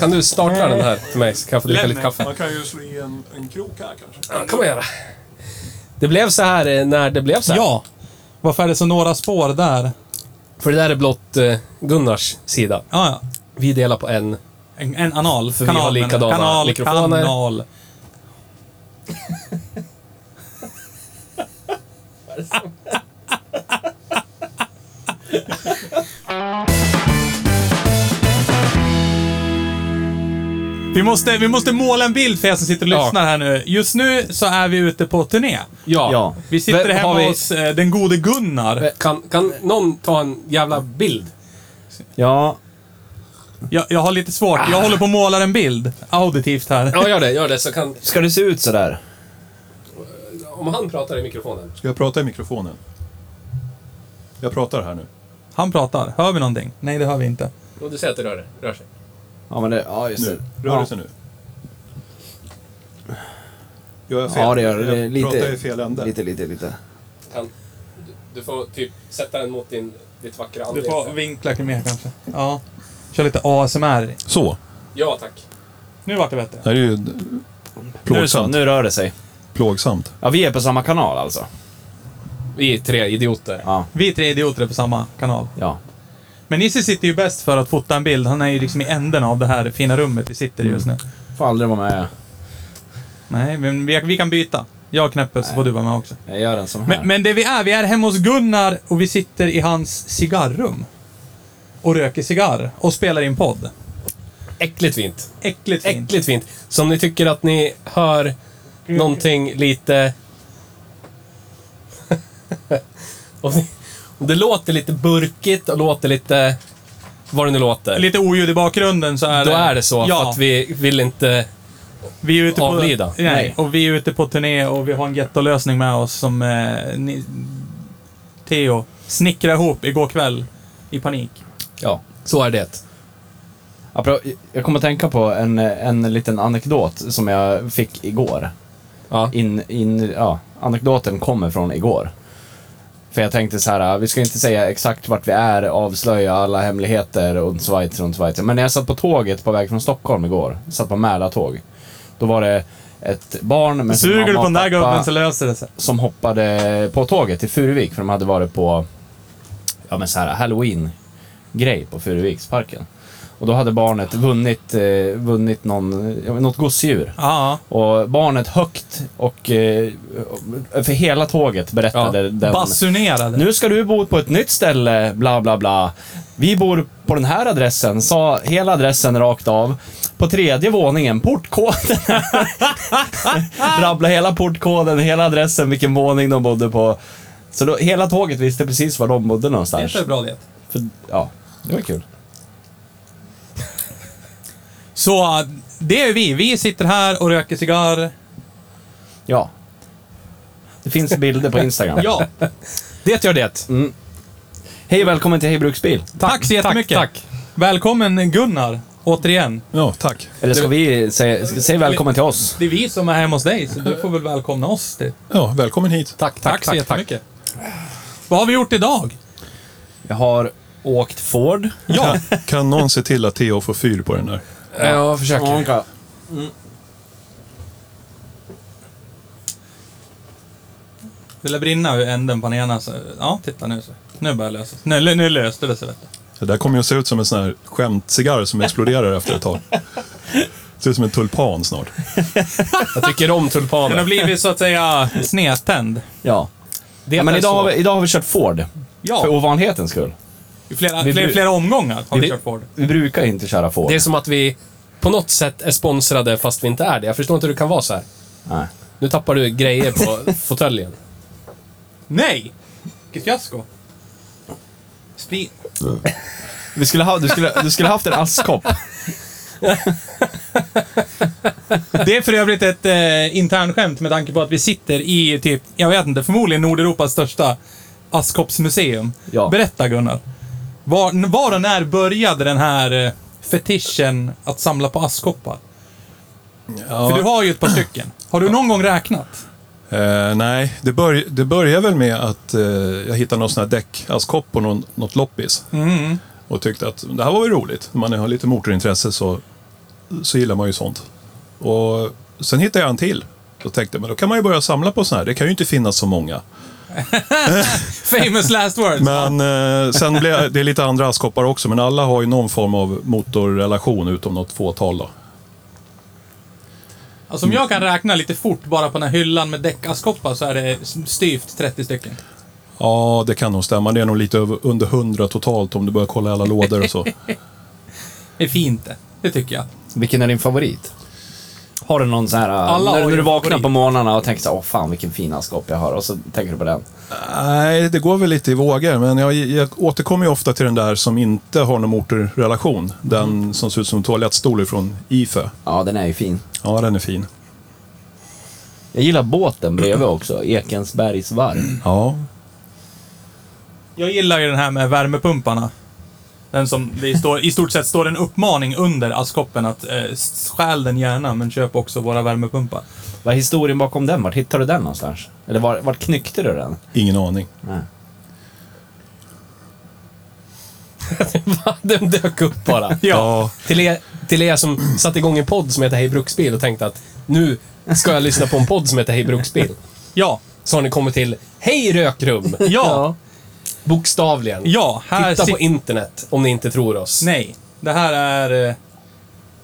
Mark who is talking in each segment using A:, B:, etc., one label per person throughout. A: Kan du starta den här till mig så kan jag få dricka lite
B: Lennart,
A: kaffe?
B: man kan ju slå i en, en krok här kanske.
A: Ja, kan man göra. Det blev så här eh, när det blev så här.
C: Ja. Varför är det så några spår där?
A: För det där är blott eh, Gunnars sida.
C: Ja, ja.
A: Vi delar på en.
C: En, en anal.
A: För vi har
C: men-
A: likadana
C: kanal,
A: mikrofoner.
C: Kanal. Vi måste, vi måste måla en bild för er som sitter och
A: Ja.
C: lyssnar här nu. Just nu så är vi ute på turné.
A: Ja.
D: Ja.
C: Vi sitter
A: Vem
C: hemma
A: har vi-
C: hos eh, den gode Gunnar.
A: Kan, kan någon ta en jävla bild?
D: Ja.
C: Jag, jag har lite svårt. Jag håller på att måla en bild. Auditivt här.
A: Ah. Ja, gör det. Gör det så kan...
D: Ska det se ut sådär?
A: Om han pratar i mikrofonen.
B: Ska jag prata i mikrofonen? Jag pratar här nu.
C: Han pratar. Hör vi någonting? Nej, det hör vi inte.
A: Och du säger att det rör, rör sig.
D: Ja, men det... Ja, just det.
B: Nu. Rör
D: ja.
B: det sig nu. Gör jag fel?
D: Ja, det gör det. det. är
B: Jag
D: Lite,
B: pratar i fel ände.
D: Lite, lite, lite.
A: Kan, du, du får typ sätta den mot din, ditt vackra
C: Du får vinkla lite mer kanske. Ja. Kör lite ASMR.
B: Så.
A: Ja, tack.
C: Nu vart det bättre.
B: Det här är ju d-
D: Nu, så,
B: plågsamt.
D: nu rör det sig.
B: plågsamt.
D: Ja, vi är på samma kanal alltså.
A: Vi är tre idioter.
D: Ja.
C: Vi tre idioter är på samma kanal.
D: Ja.
C: Men Nisse sitter ju bäst för att fota en bild. Han är ju liksom i änden av det här fina rummet vi sitter i just nu.
D: Får aldrig vara med.
C: Nej, men vi, vi kan byta. Jag knäpper så får du vara med också.
D: Jag gör en sån här.
C: Men, men det vi är, vi är hemma hos Gunnar och vi sitter i hans cigarrum. Och röker cigarr och spelar in podd.
A: Äckligt fint.
C: Äckligt fint.
A: Äckligt fint. Så om ni tycker att ni hör
C: Mm.
A: någonting lite... om, ni, om det låter lite burkigt och låter lite... Vad det nu låter.
C: Lite oljud i bakgrunden så är
A: då
C: det...
A: är det så, för
C: Ja,
A: att vi vill inte...
C: vi är ute på,
A: avlida.
C: Nej,
D: Nej.
C: och vi är ute på turné och vi har en gettolösning med oss som eh, ni, Theo snickrade ihop igår kväll i panik.
D: Ja.
A: Så är det.
D: Apro- Jag kommer att tänka på en, en liten anekdot som jag fick igår.
A: Ja.
D: In, in, ja, anekdoten kommer från igår. För jag tänkte så här, vi ska inte säga exakt vart vi är, avslöja alla hemligheter och så vidare och så vidare. Men när jag satt på tåget på väg från Stockholm igår, satt på Mälartåg. Då var det ett barn med sin
C: Suger du
D: mamma
C: på
D: och
C: den där
D: pappa
C: gubben så löser det sig.
D: som hoppade på tåget till Furuvik för de hade varit på ja, men så här, halloween-grej på Furuviksparken. Och då hade barnet vunnit, eh, vunnit någon, ja, men något gosedjur.
C: Ja,
D: Och barnet högt och eh, för hela tåget berättade den...
C: basunerade.
D: Nu ska du bo på ett nytt ställe, bla bla bla. Vi bor på den här adressen, sa hela adressen rakt av. På tredje våningen, portkoden. Rabbla hela portkoden, hela adressen, vilken våning de bodde på. Så då, hela tåget visste precis var de bodde någonstans.
C: Det är bra det.
D: För, ja, det var kul.
C: Så äh, det är vi. Vi sitter här och röker cigarr.
D: Ja. Det finns bilder på Instagram.
C: Ja,
A: Det gör det.
D: Hej välkommen till Hej Bruksbil.
C: tack, så jättemycket.
A: tack, tack.
C: Välkommen Gunnar, återigen.
B: Ja, tack.
D: Eller ska vi säga, ska, säg välkommen till oss.
C: Det är vi som är hemma hos dig, så du får väl välkomna oss. Till.
B: Ja, välkommen hit.
A: Tack, tack,
C: så
A: tack. tack.
C: jättemycket. Vad har vi gjort idag?
D: Jag har åkt Ford.
B: Ja. Kan någon se till att Theo får fyr på den där?
A: Jag försöker.
C: Det lär brinna ur änden på den ena. Så, ja, titta nu. Så. Nu börjar det lösa sig. Nu, nu löste det sig. vet du.
B: Det där kommer ju att se ut som en sån här skämtcigarr som exploderar efter ett tag. Ser ut som en tulpan snart.
A: Jag tycker om
C: Den har
A: tulpaner.
C: blivit så att säga snedtänd.
D: Ja.
A: Det
D: Ja, men
A: är
D: idag
A: så.
D: har, vi, idag har vi kört Ford.
C: Ja.
D: För ovanlighetens skull.
C: I flera,
D: Vi-
C: flera, flera omgångar har vi
A: Vi-
C: kört Ford.
D: Vi brukar inte köra Ford.
A: Det är som att vi på något sätt är sponsrade fast vi inte är det. Jag förstår inte hur det kan vara så här.
D: Nej.
A: Nu tappar du grejer på fåtöljen.
C: Nej! Vilket fiasko. Spin.
D: Vi skulle ha, du, skulle, du skulle haft en askkopp.
C: Det är för övrigt ett eh, internskämt med tanke på att vi sitter i, typ, jag vet inte, förmodligen Nordeuropas största askkoppsmuseum.
D: Ja.
C: Berätta Gunnar. Var, var och när började den här eh, fetischen att samla på askkoppar? För du har ju ett par stycken. Har du någon gång räknat?
B: Eh, nej, det, bör, det börjar väl med att eh, jag hittade någon sån här däckaskopp på någon, något loppis. Och tyckte att det här var väl roligt. När man har lite motorintresse så, så gillar man ju sånt. Och sen hittade jag en till. Då tänkte jag, men då kan man ju börja samla på såna här. Det kan ju inte finnas så många.
C: Famous last words.
B: Men eh, sen blev jag- det är lite andra askkoppar också, men alla har ju någon form av motorrelation utom något fåtal då.
C: Alltså om jag kan räkna lite fort bara på den här hyllan med däckaskkoppar så är det styvt 30 stycken.
B: Ja, det kan nog stämma. Det är nog lite över, under hundra totalt om du börjar kolla alla lådor och så.
C: Det är fint det. Det tycker jag.
D: Vilken är din favorit? Har du någon sån här... äh,
C: Alla
D: när
C: har
D: när
C: ju
D: du
C: en
D: vaknar
C: favorit.
D: på morgnarna och tänker så här, åh fan vilken fin askkopp jag har. Och så tänker du på den.
B: Nej, det går väl lite i vågor, men jag, jag återkommer ju ofta till den där som inte har någon motorrelation. Den som ser ut som en toalettstol från IFE.
D: Ja, den är ju fin.
B: Ja, den är fin.
D: Jag gillar båten bredvid också. Ekensbergs varv.
B: Ja,
C: Jag gillar ju den här med värmepumparna. Den som det står, i stort sett står en uppmaning under askkoppen att eh, s- stjäl den gärna, men köp också våra värmepumpar.
D: Vad är historien bakom den? Vart hittade du den någonstans? Eller var, vart knyckte du den?
B: ingen aning.
D: Nej.
A: Va? Den dök upp bara.
B: Ja.
A: Till er, till er som satte igång en podd som heter Hej Bruksbil och tänkte att nu ska jag lyssna på en podd som heter Hej Bruksbil.
C: Ja,
A: Så har ni kommit till Hej Rökrum!
C: ja, ja.
A: Bokstavligen.
C: här
A: Titta
C: sit-
A: på internet om ni inte tror oss.
C: Nej, det här är... eh,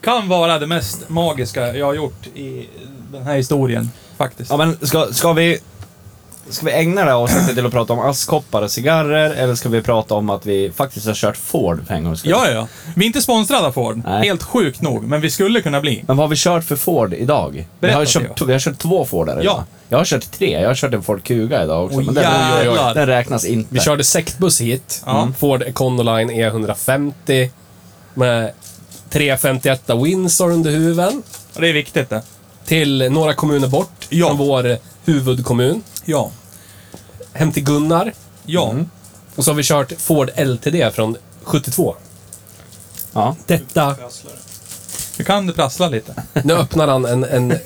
C: Kan vara det mest magiska jag har gjort i den här historien, faktiskt.
D: Ja, men ska, ska vi... Ska vi ägna det här avsnittet till att prata om askkoppar och cigarrer eller ska vi prata om att vi faktiskt har kört Ford för en gångs skull?
C: Ja, ja, ja. Vi är inte sponsrade av Ford.
D: Nej.
C: Helt sjukt nog, men vi skulle kunna bli.
D: Men vad har vi kört för Ford idag? Vi har,
C: Berätta,
D: kört,
C: Theo.
D: vi har kört två Fordar idag.
C: Ja.
D: Jag har kört tre. Jag har kört en Ford Kuga idag också.
C: Åh,
D: men den,
C: jävlar.
D: den räknas inte.
A: Vi körde sektbuss hit. Mm.
C: Ja.
A: Ford Econoline E150 med 351 Windsor under huven.
C: Och det är viktigt det.
A: Till några kommuner bort
C: Ja.
A: från vår huvudkommun.
C: Ja.
A: Hem till Gunnar.
C: Ja.
A: Och så har vi kört Ford LTD från 72.
D: Ja.
A: Detta...
C: Nu kan det prassla lite.
A: Nu öppnar han en, en,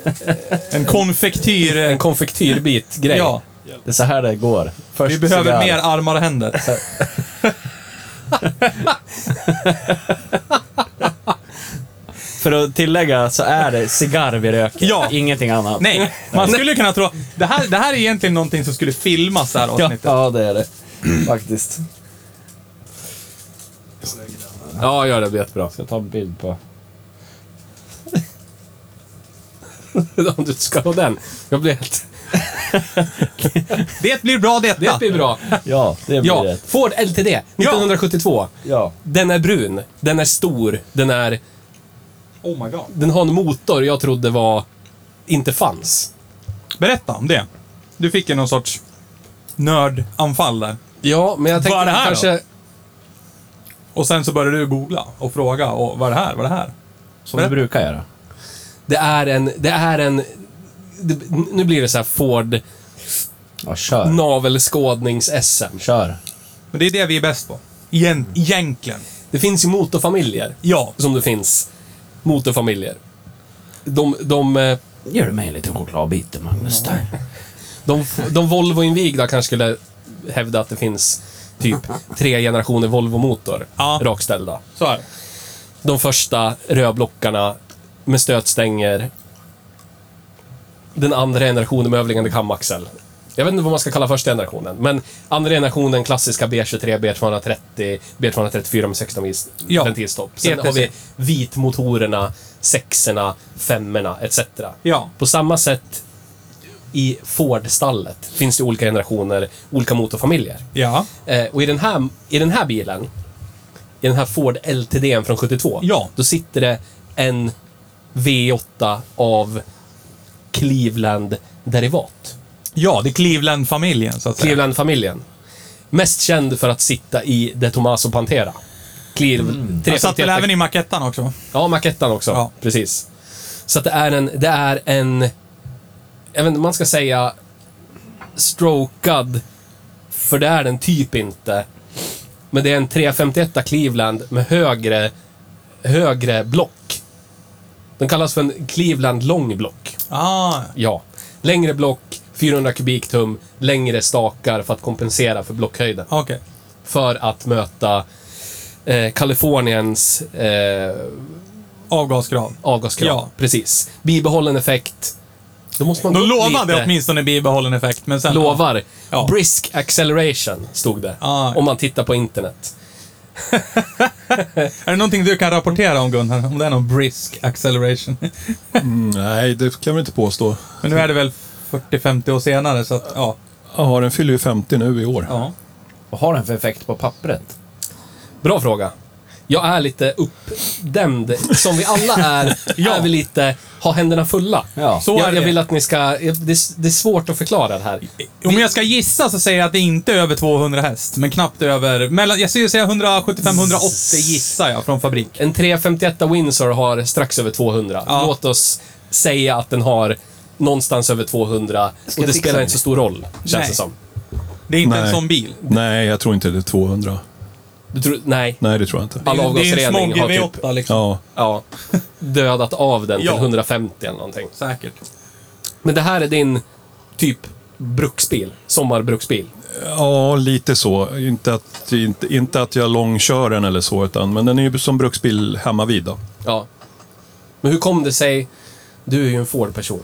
C: En konfektyr... eh,
A: en konfektyrbit-grej.
C: Ja.
D: Det är så här det går. Först
C: Vi behöver
D: cigarr.
C: mer armar och händer.
D: För att tillägga så är det cigarr vi röker.
C: Ja.
D: Ingenting annat.
C: Nej, man skulle kunna tro... Det här, det här är egentligen någonting som skulle filmas det här
D: Ja,
C: avsnittet.
D: ja, det är det. Faktiskt.
A: ja, gör det. blir jättebra.
D: Ska jag ta en bild på...
A: Om du ska ha den. Jag blir helt...
C: Det blir bra detta.
A: Det blir bra.
D: Ja, det blir
A: Ja,
D: rätt.
A: Ford LTD 1972.
D: Ja.
A: Den är brun. Den är stor. Den är...
C: Oh my god.
A: Den har en motor jag trodde var... Inte fanns.
C: Berätta om det. Du fick ju någon sorts nördanfall där.
A: Ja, men jag tänkte
C: Vad är det här
A: kanske...
C: Och sen så började du googla och fråga och vad är det här? Vad är det här?
D: Som du brukar göra.
A: Det är en... Det är en... Det, nu blir det så här Ford
D: Ja, kör.
A: navelskådnings-SM.
D: Kör.
C: Men det är det vi är bäst på. Igen, egentligen.
A: Det finns ju motorfamiljer.
C: Ja.
A: Som det finns motorfamiljer. De, de, eh,
D: Ger du mig en liten chokladbit, Magnus? Där.
A: de, de Volvo-invigda kanske skulle hävda att det finns typ tre generationer Volvo-motor
C: Ja.
A: rakställda.
C: Så är det.
A: De första rödblockarna med stötstänger. Den andra generationen med överliggande kamaxel. Jag vet inte vad man ska kalla första generationen, men andra generationen klassiska B23, B230, B234 med 16 vis-
C: Ja.
A: ventilstopp. Sen
C: ETC.
A: har vi vitmotorerna, sexorna, femmorna etc.
C: Ja.
A: På samma sätt i Ford-stallet finns det olika generationer, olika motorfamiljer.
C: Ja.
A: Eh, och i den, här, i den här bilen, i den här Ford LTD från 72,
C: Ja.
A: då sitter det en V8 av Cleveland-derivat.
C: Ja, det är Cleveland-familjen så att säga.
A: Cleveland-familjen. Mest känd för att sitta i De Tomaso Pantera. Cleveland.
C: Mm. Han satt väl även i makettan också?
A: Ja, makettan också.
C: Ja.
A: Precis. Så att det är en, det är en, jag vet inte, man ska säga strokad, för det är den typ inte. Men det är en 351 Cleveland med högre, högre block. Den kallas för en Cleveland långblock.
C: Ah,
A: Ja. Längre block, 400 kubiktum, längre stakar för att kompensera för blockhöjden
C: okej.
A: för att möta eh, Kaliforniens eh,
C: Avgaskrav.
A: avgaskrav.
C: Ja.
A: Precis. Bibehållen effekt. Då måste man
C: De
A: gå upp
C: lovade
A: lite.
C: åtminstone bibehållen effekt, men sen...
A: Lovar.
C: Ja.
A: Brisk acceleration, stod det.
C: Ah.
A: Om man tittar på internet.
C: Är det någonting du kan rapportera om Gunnar? Om det är någon brisk acceleration?
B: Mm, Nej, det kan vi inte påstå.
C: Men nu är det väl 40-50 år senare, så att ja.
B: Ja, den fyller ju 50 nu i år.
C: ja.
E: Vad har den för effekt på pappret?
A: Bra fråga. Jag är lite uppdämd. Som vi alla är,
C: Ja.
A: är vi lite, ha händerna fulla.
E: Ja.
C: Så är
A: jag,
C: det.
A: jag vill att ni ska, det är, det är svårt att förklara det här.
C: Om jag ska gissa så säger jag att det inte är över 200 häst, men knappt över... Mellan, jag skulle säga 175-180 gissar jag från fabrik.
A: En 351 Windsor har strax över 200.
C: Ja.
A: Låt oss säga att den har någonstans över 200 och det
E: fixa
A: spelar
E: det.
A: inte så stor roll, känns
C: Nej.
A: det som.
C: Det är inte
B: Nej.
C: en sån bil.
B: Nej, jag tror inte det är 200.
A: Du tror, nej.
B: Nej, det tror jag inte.
A: All
C: Det är- Det är en
A: avgasrening
C: smoggig
A: har typ
C: V8 liksom.
B: Ja,
A: ja, dödat av den till
C: Ja.
A: 150 eller någonting.
C: Säkert.
A: Men det här är din typ bruksbil, sommarbruksbil.
B: ja lite så. Inte att, inte, inte att jag långkör den eller så, utan, men den är ju som bruksbil hemma vid. Då.
A: Ja. Men hur kom det sig? Du är ju en Ford-person.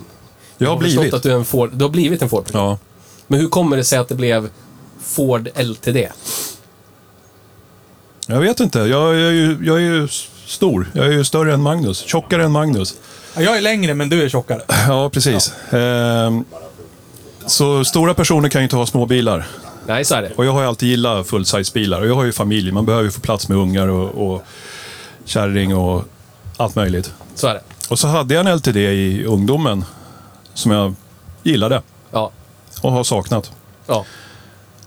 B: Jag har
A: förstått
B: blivit.
A: Att du, är en Ford, du har blivit en Ford-person.
B: Ja.
A: Men hur kommer det sig att det blev Ford LTD?
B: Jag vet inte. Jag, jag, är ju, jag är ju s- stor. Jag är ju större än Magnus. Tjockare än Magnus.
C: Ja, Jag är längre, men du är tjockare.
B: Ja, precis. Ehm, så stora personer kan ju inte ha små bilar.
A: Nej, så är det.
B: Och jag har ju alltid gillat full-size-bilar. Och jag har ju familj. Man behöver ju få plats med ungar och, och kärring och allt möjligt.
A: Så är det.
B: Och så hade jag en LTD i ungdomen som jag gillade
A: Ja.
B: och har saknat.
A: Ja.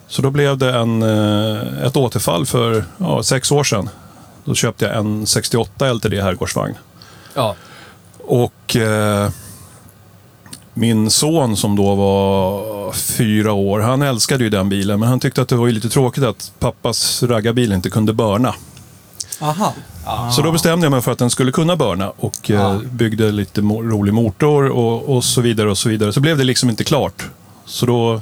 B: Så då blev det en, eh, ett återfall för ja, sex år sedan. Då köpte jag en 68 LTD herrgårdsvagn.
A: Ja.
B: Och eh, min son som då var fyra år, han älskade ju den bilen. Men han tyckte att det var ju lite tråkigt att pappas raggarbil inte kunde börna.
C: Aha.
B: Så då bestämde jag mig för att den skulle kunna börna och eh, byggde lite mo- rolig motor och, och så vidare och så vidare. Så blev det liksom inte klart. Så då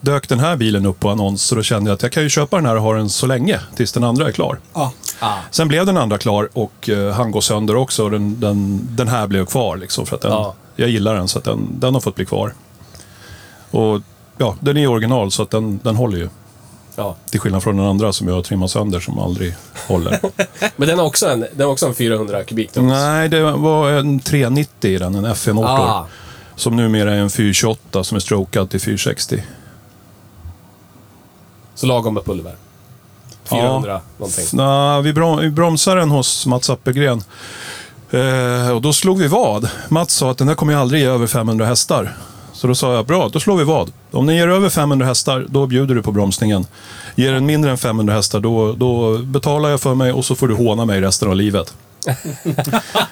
B: dök den här bilen upp på annons så då kände jag att jag kan ju köpa den här och ha den så länge tills den andra är klar.
C: Ja.
A: Ah.
B: Sen blev den andra klar och eh, han går sönder också. och Den, den, den här blev kvar liksom för att den,
A: Ja.
B: jag gillar den så att den, den har fått bli kvar. Och ja, den är original så att den, den håller ju.
A: ja.
B: Till skillnad från den andra som jag har trimmat sönder som aldrig håller.
A: Men den har också en, den har också en 400 kubiktum.
B: Nej, det var en 390 i den, en FN-motor.
A: Ah.
B: Som numera är en 428 som är strokad till 460.
A: Så lagom med pulver. 400 någonting.
B: Nå, vi, brom, vi bromsade den hos Mats Appelgren. Eh, och då slog vi vad. Mats sa att den där kommer ju aldrig ge över 500 hästar. Så då sa jag, bra, då slår vi vad. Om den ger över 500 hästar, då bjuder du på bromsningen. Ger den mindre än 500 hästar, då, då betalar jag för mig och så får du håna mig resten av livet.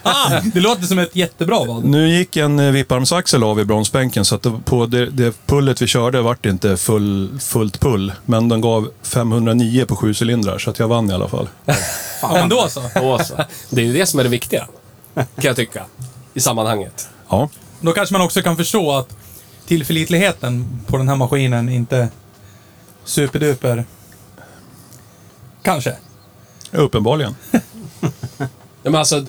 C: Ah, det låter som ett jättebra val.
B: Nu gick en eh, vipparmsaxel av i bromsbänken så att det, på det, det pullet vi körde vart det inte full, fullt pull. Men den gav 509 på sju cylindrar så att jag vann i alla fall.
C: Ändå alltså. så.
E: Då så.
A: Det är ju det som är det viktiga. Kan jag tycka. I sammanhanget.
B: Ja,
C: Då kanske man också kan förstå att tillförlitligheten på den här maskinen inte superduper. Kanske.
B: uppenbarligen.
A: Ja, men alltså,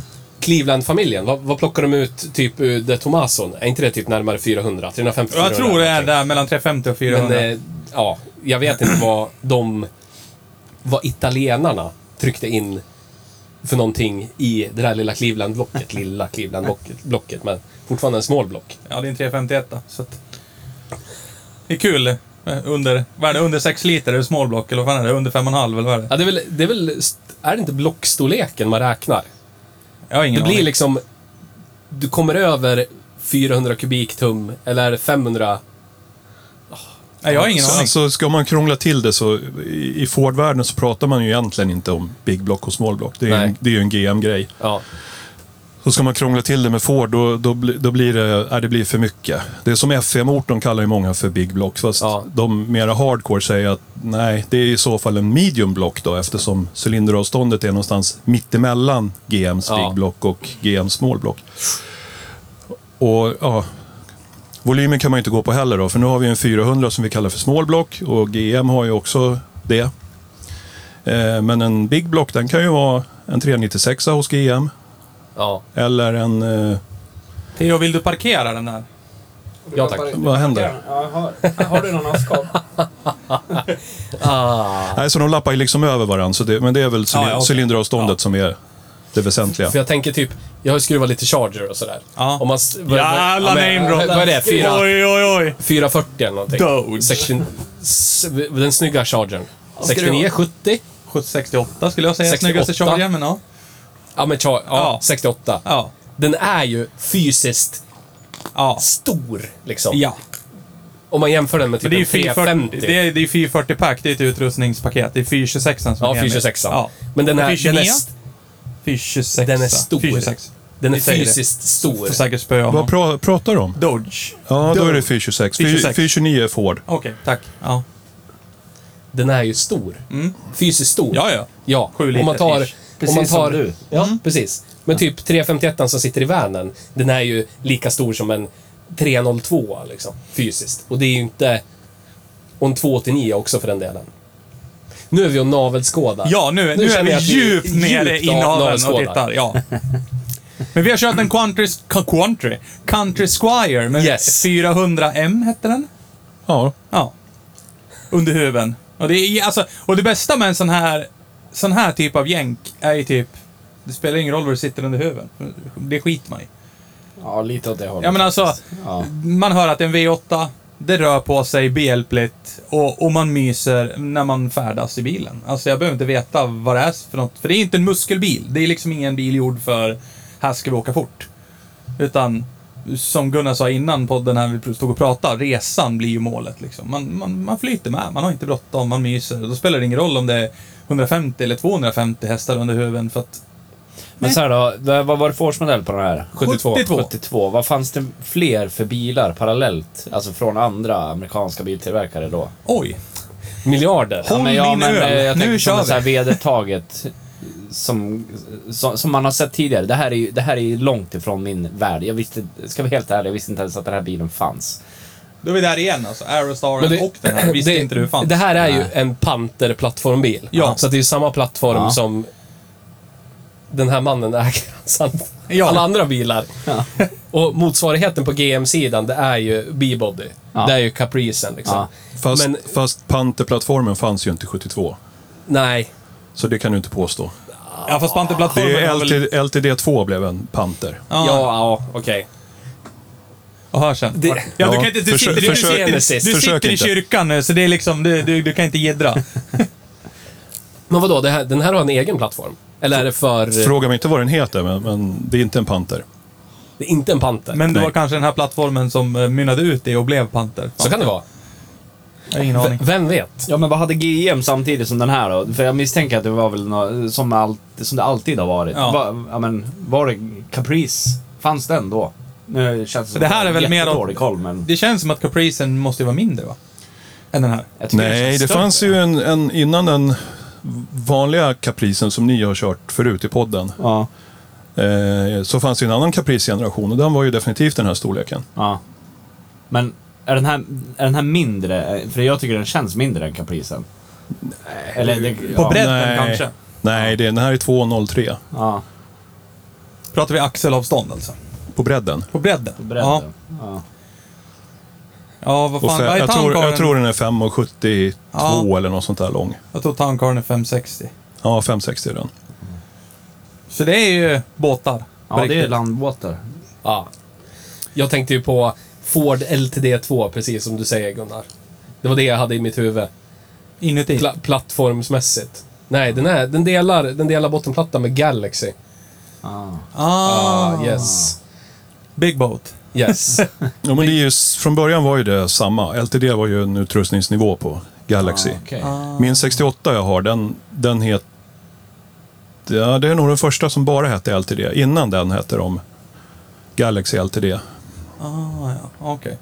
A: Cleveland-familjen, vad, vad plockar de ut typ ur De Tomason? Är inte det typ närmare 400? 350
C: Jag tror det är där mellan 350 och 400.
A: Men eh, ja, jag vet inte vad de, vad italienarna tryckte in för någonting i det där lilla Cleveland-blocket. Lilla Cleveland-blocket, men fortfarande en small block.
C: Ja, det är en 351 då, så att... Det är kul. eh, Under, vad är det, under 6 liter, är det small block eller vad fan är det? Under 5,5 eller vad är det?
A: Ja, det är väl... Det är, väl st- är det inte blockstorleken man räknar?
C: Jag har ingen
A: Det blir
C: aning.
A: liksom... Du kommer över 400 kubiktum, eller 500...
C: Nej, jag har ingen
B: så,
C: aning.
B: Alltså, ska man krångla till det så, i i Ford-världen så pratar man ju egentligen inte om big block och small block. Det är, ju
A: Nej.
B: en, det är ju en GM-grej.
A: Ja.
B: Så ska man krångla till det med Ford, då, då, bli- då blir det, äh, det blir för mycket. Det är som FE-motorn kallar ju många för big block, fast
A: Ja.
B: de mera hardcore säger att nej, det är i så fall en medium block då, eftersom cylinderavståndet är någonstans mittemellan GMs
A: Ja.
B: big block och GMs small block. Och, ja, volymen kan man ju inte gå på heller då, för nu har vi en 400 som vi kallar för small block och GM har ju också det. Eh, Men en big block, den kan ju vara en 396 hos GM.
A: Ja.
B: Eller en... Eh,
C: Theo, vill du parkera den här?
A: Ja, tack.
B: vad händer?
F: Ja, har, har du någon askkopp?
B: Nej, så de lappar ju liksom över varandra. Så det, men det är väl cylind-
C: Ja, ja, okej.
B: cylinderavståndet som är det väsentliga.
A: För jag tänker typ, jag har ju skruvat lite charger och sådär.
C: Ja.
A: Om man, s- vad- vad-
C: Jävla
A: men-
C: namedrop!
A: Vad är det? Fyra-
C: Oj, oj, oj!
A: 440 eller någonting.
C: Doge.
A: 60, s- den snygga chargern. 69, 70.
C: 68 skulle jag säga.
A: 68.
C: Snyggaste chargen, men ja.
A: Ja, men char, ja,
C: Ja.
A: 68.
C: Ja.
A: Den är ju fysiskt
C: Ja.
A: stor, liksom.
C: ja.
A: Om man jämför den med
C: Men det är ju
A: typ en
C: 440.
A: 350.
C: Det är, det är 440 pack, det är ett utrustningspaket. Det är 426 som
A: ja,
C: är enligt.
A: 426
C: Ja.
A: Men den är, den
C: 429?
A: är, s-
C: 426
A: den är stor.
C: 426.
A: Den är
C: Vi säger det.
A: fysiskt stor.
C: Får säkert spöa
B: Vad
C: honom.
B: pra, pratar de om?
C: Dodge.
B: Ja, då är det 426.
C: 426.
B: 429 är Ford.
C: Okej, tack. Ja.
A: Den är ju stor. Fysiskt stor.
C: Mm. Ja, ja.
A: Ja,
C: Sju liter
A: om man tar...
C: ish. Mm.
A: Om man
E: Precis som
A: tar
E: du.
A: Ja, precis. Men typ 351 som sitter i vanen, den är ju lika stor som en 302 liksom, fysiskt. Och det är ju inte... Och en 289 också för den delen. Nu är vi och navelskådar.
C: Ja, nu, nu, är
A: känner jag
C: vi
A: att
C: djupt nere i
A: av-
C: naveln och
A: navelskådar.
C: tittar. Ja. Men vi har kört en Country, country, country Squire med
A: Yes.
C: 400M hette den.
B: Ja,
C: Ja. Under huven. Och det, är, alltså, och det bästa med en sån här, sån här typ av jänk är ju typ... Det spelar ingen roll vad du sitter under huven. Det skiter man i.
E: Ja, lite åt det hållet.
C: Ja, men alltså,
E: Ja.
C: man hör att det är en V8, det rör på sig behjälpligt och, och man myser när man färdas i bilen. Alltså jag behöver inte veta vad det är för något, för det är inte en muskelbil. Det är liksom ingen bil gjord för här ska vi åka fort. Utan, som Gunnar sa innan podden här vi stod och pratade, resan blir ju målet liksom. Man, man, man flyter med, man har inte bråttom, man myser. Då spelar det ingen roll om det är 150 eller 250 hästar under huven för att...
E: Men så här då, det- vad var det för årsmodell på den här?
A: 72.
E: 72. Vad fanns det fler för bilar parallellt? Alltså från andra amerikanska biltillverkare då?
C: Oj!
A: Miljarder.
C: Håll
E: men, ja,
C: min
E: men, eh,
C: öl!
E: jag
C: Nu
E: tänker som
C: kör
E: ett så här
C: vi!
E: vedertaget som, som, som man har sett tidigare. Det här, är ju, det här är ju långt ifrån min värld. Jag visste, ska vara helt ärlig, jag visste inte ens att den här bilen fanns.
C: Då är vi där igen alltså. Aerostaren
A: Men det-
C: och den här. Visste inte du fanns.
A: Det här är ju en Panter plattformbil.
C: Ja.
A: Så att det är ju samma plattform
E: Ja.
A: som den här mannen äger. hans an-
C: Ja.
A: Alla andra bilar. Och motsvarigheten på GM-sidan, det är ju B-body.
E: Ja.
A: Det är ju Capricen liksom.
E: Ja.
B: fast,
A: Men-
B: fast Panter-plattformen fanns ju inte 72.
A: Nej.
B: Så det kan du inte påstå.
C: Ja, fast
B: Det
C: Panterplattformen
B: är
C: har väl...
B: LT, LTD2 blev en Panter.
A: Ja, ja okej.
C: Och hör sen.
A: Det-
C: ja, du
B: Ja,
C: kan inte... Du
B: försök-
C: sitter,
B: försök-
C: du
A: Genesis.
C: sitter, du
B: Försök
C: sitter i
B: inte.
C: kyrkan nu, så det är liksom... Du, du, du kan inte jiddra.
A: Men vadå, det här, den här har en egen plattform? Eller är det för...
B: Fråga mig inte vad den heter, men, men det är inte en Panter.
A: Det är inte en Panter.
C: Men det
B: Nej.
C: var kanske den här plattformen som eh, mynnade ut i och blev Panter.
A: Så kan det vara.
C: Jag har ingen
A: V-
C: aning.
A: Vem vet?
E: Ja, men vad hade GM samtidigt som den här då? För jag misstänker att det var väl nå som, allt, som det alltid har varit.
C: Ja.
E: Va, ja, men, var det Caprice? Fanns den då? Nu känns det som
C: Det
E: att
C: här
E: jag
C: är väl mer åt-
E: jättedålig koll, men...
C: Det känns som att Capricen måste ju vara mindre, va? Än den här.
E: jag tycker
B: Nej,
E: känns
B: det
E: större.
B: fanns ju en, en innan den vanliga Capricen som ni har kört förut i podden.
E: Ja,
B: Eh, så fanns det ju en annan Caprice-generation och den var ju definitivt den här storleken.
E: ja. Men är den, här, är den här mindre? För jag tycker den känns mindre än Capricen. Eller, det,
C: På
E: ja,
C: bredden
B: Nej.
C: kanske.
B: Nej, det, den här är 2,03
E: Ja,
C: Pratar vi axelavstånd alltså?
B: på bredden.
C: På bredden?
E: på bredden.
C: Ja,
E: Ja.
C: ja vad
B: Och
C: fan.
B: fe-
C: vad är
B: jag, tror, jag
C: Towncaren?
B: tror den är 5,72
C: Ja.
B: eller något sånt där lång.
C: Jag tror Towncaren är 560.
B: Ja, 5,60 är den.
C: Så det är ju båtar. på
D: Ja, det är ju
C: riktigt.
D: landbåtar.
A: Ja. Jag tänkte ju på Ford LTD2, precis som du säger Gunnar. Det var det jag hade i mitt huvud.
C: Inuti.
A: Pla plattformsmässigt. Nej, den, är, den, delar, den delar bottenplatta med Galaxy.
D: Ah.
C: Ah,
A: Ah, yes.
C: Big boat.
A: Yes.
B: Ja, men det är ju, från början var ju det samma. LTD var ju en utrustningsnivå på Galaxy.
D: okej.
B: Min 68 jag har, den, den heter... Ja, det är nog den första som bara hette LTD. Innan den hette de Galaxy LTD.
C: Ah, ja. Okej.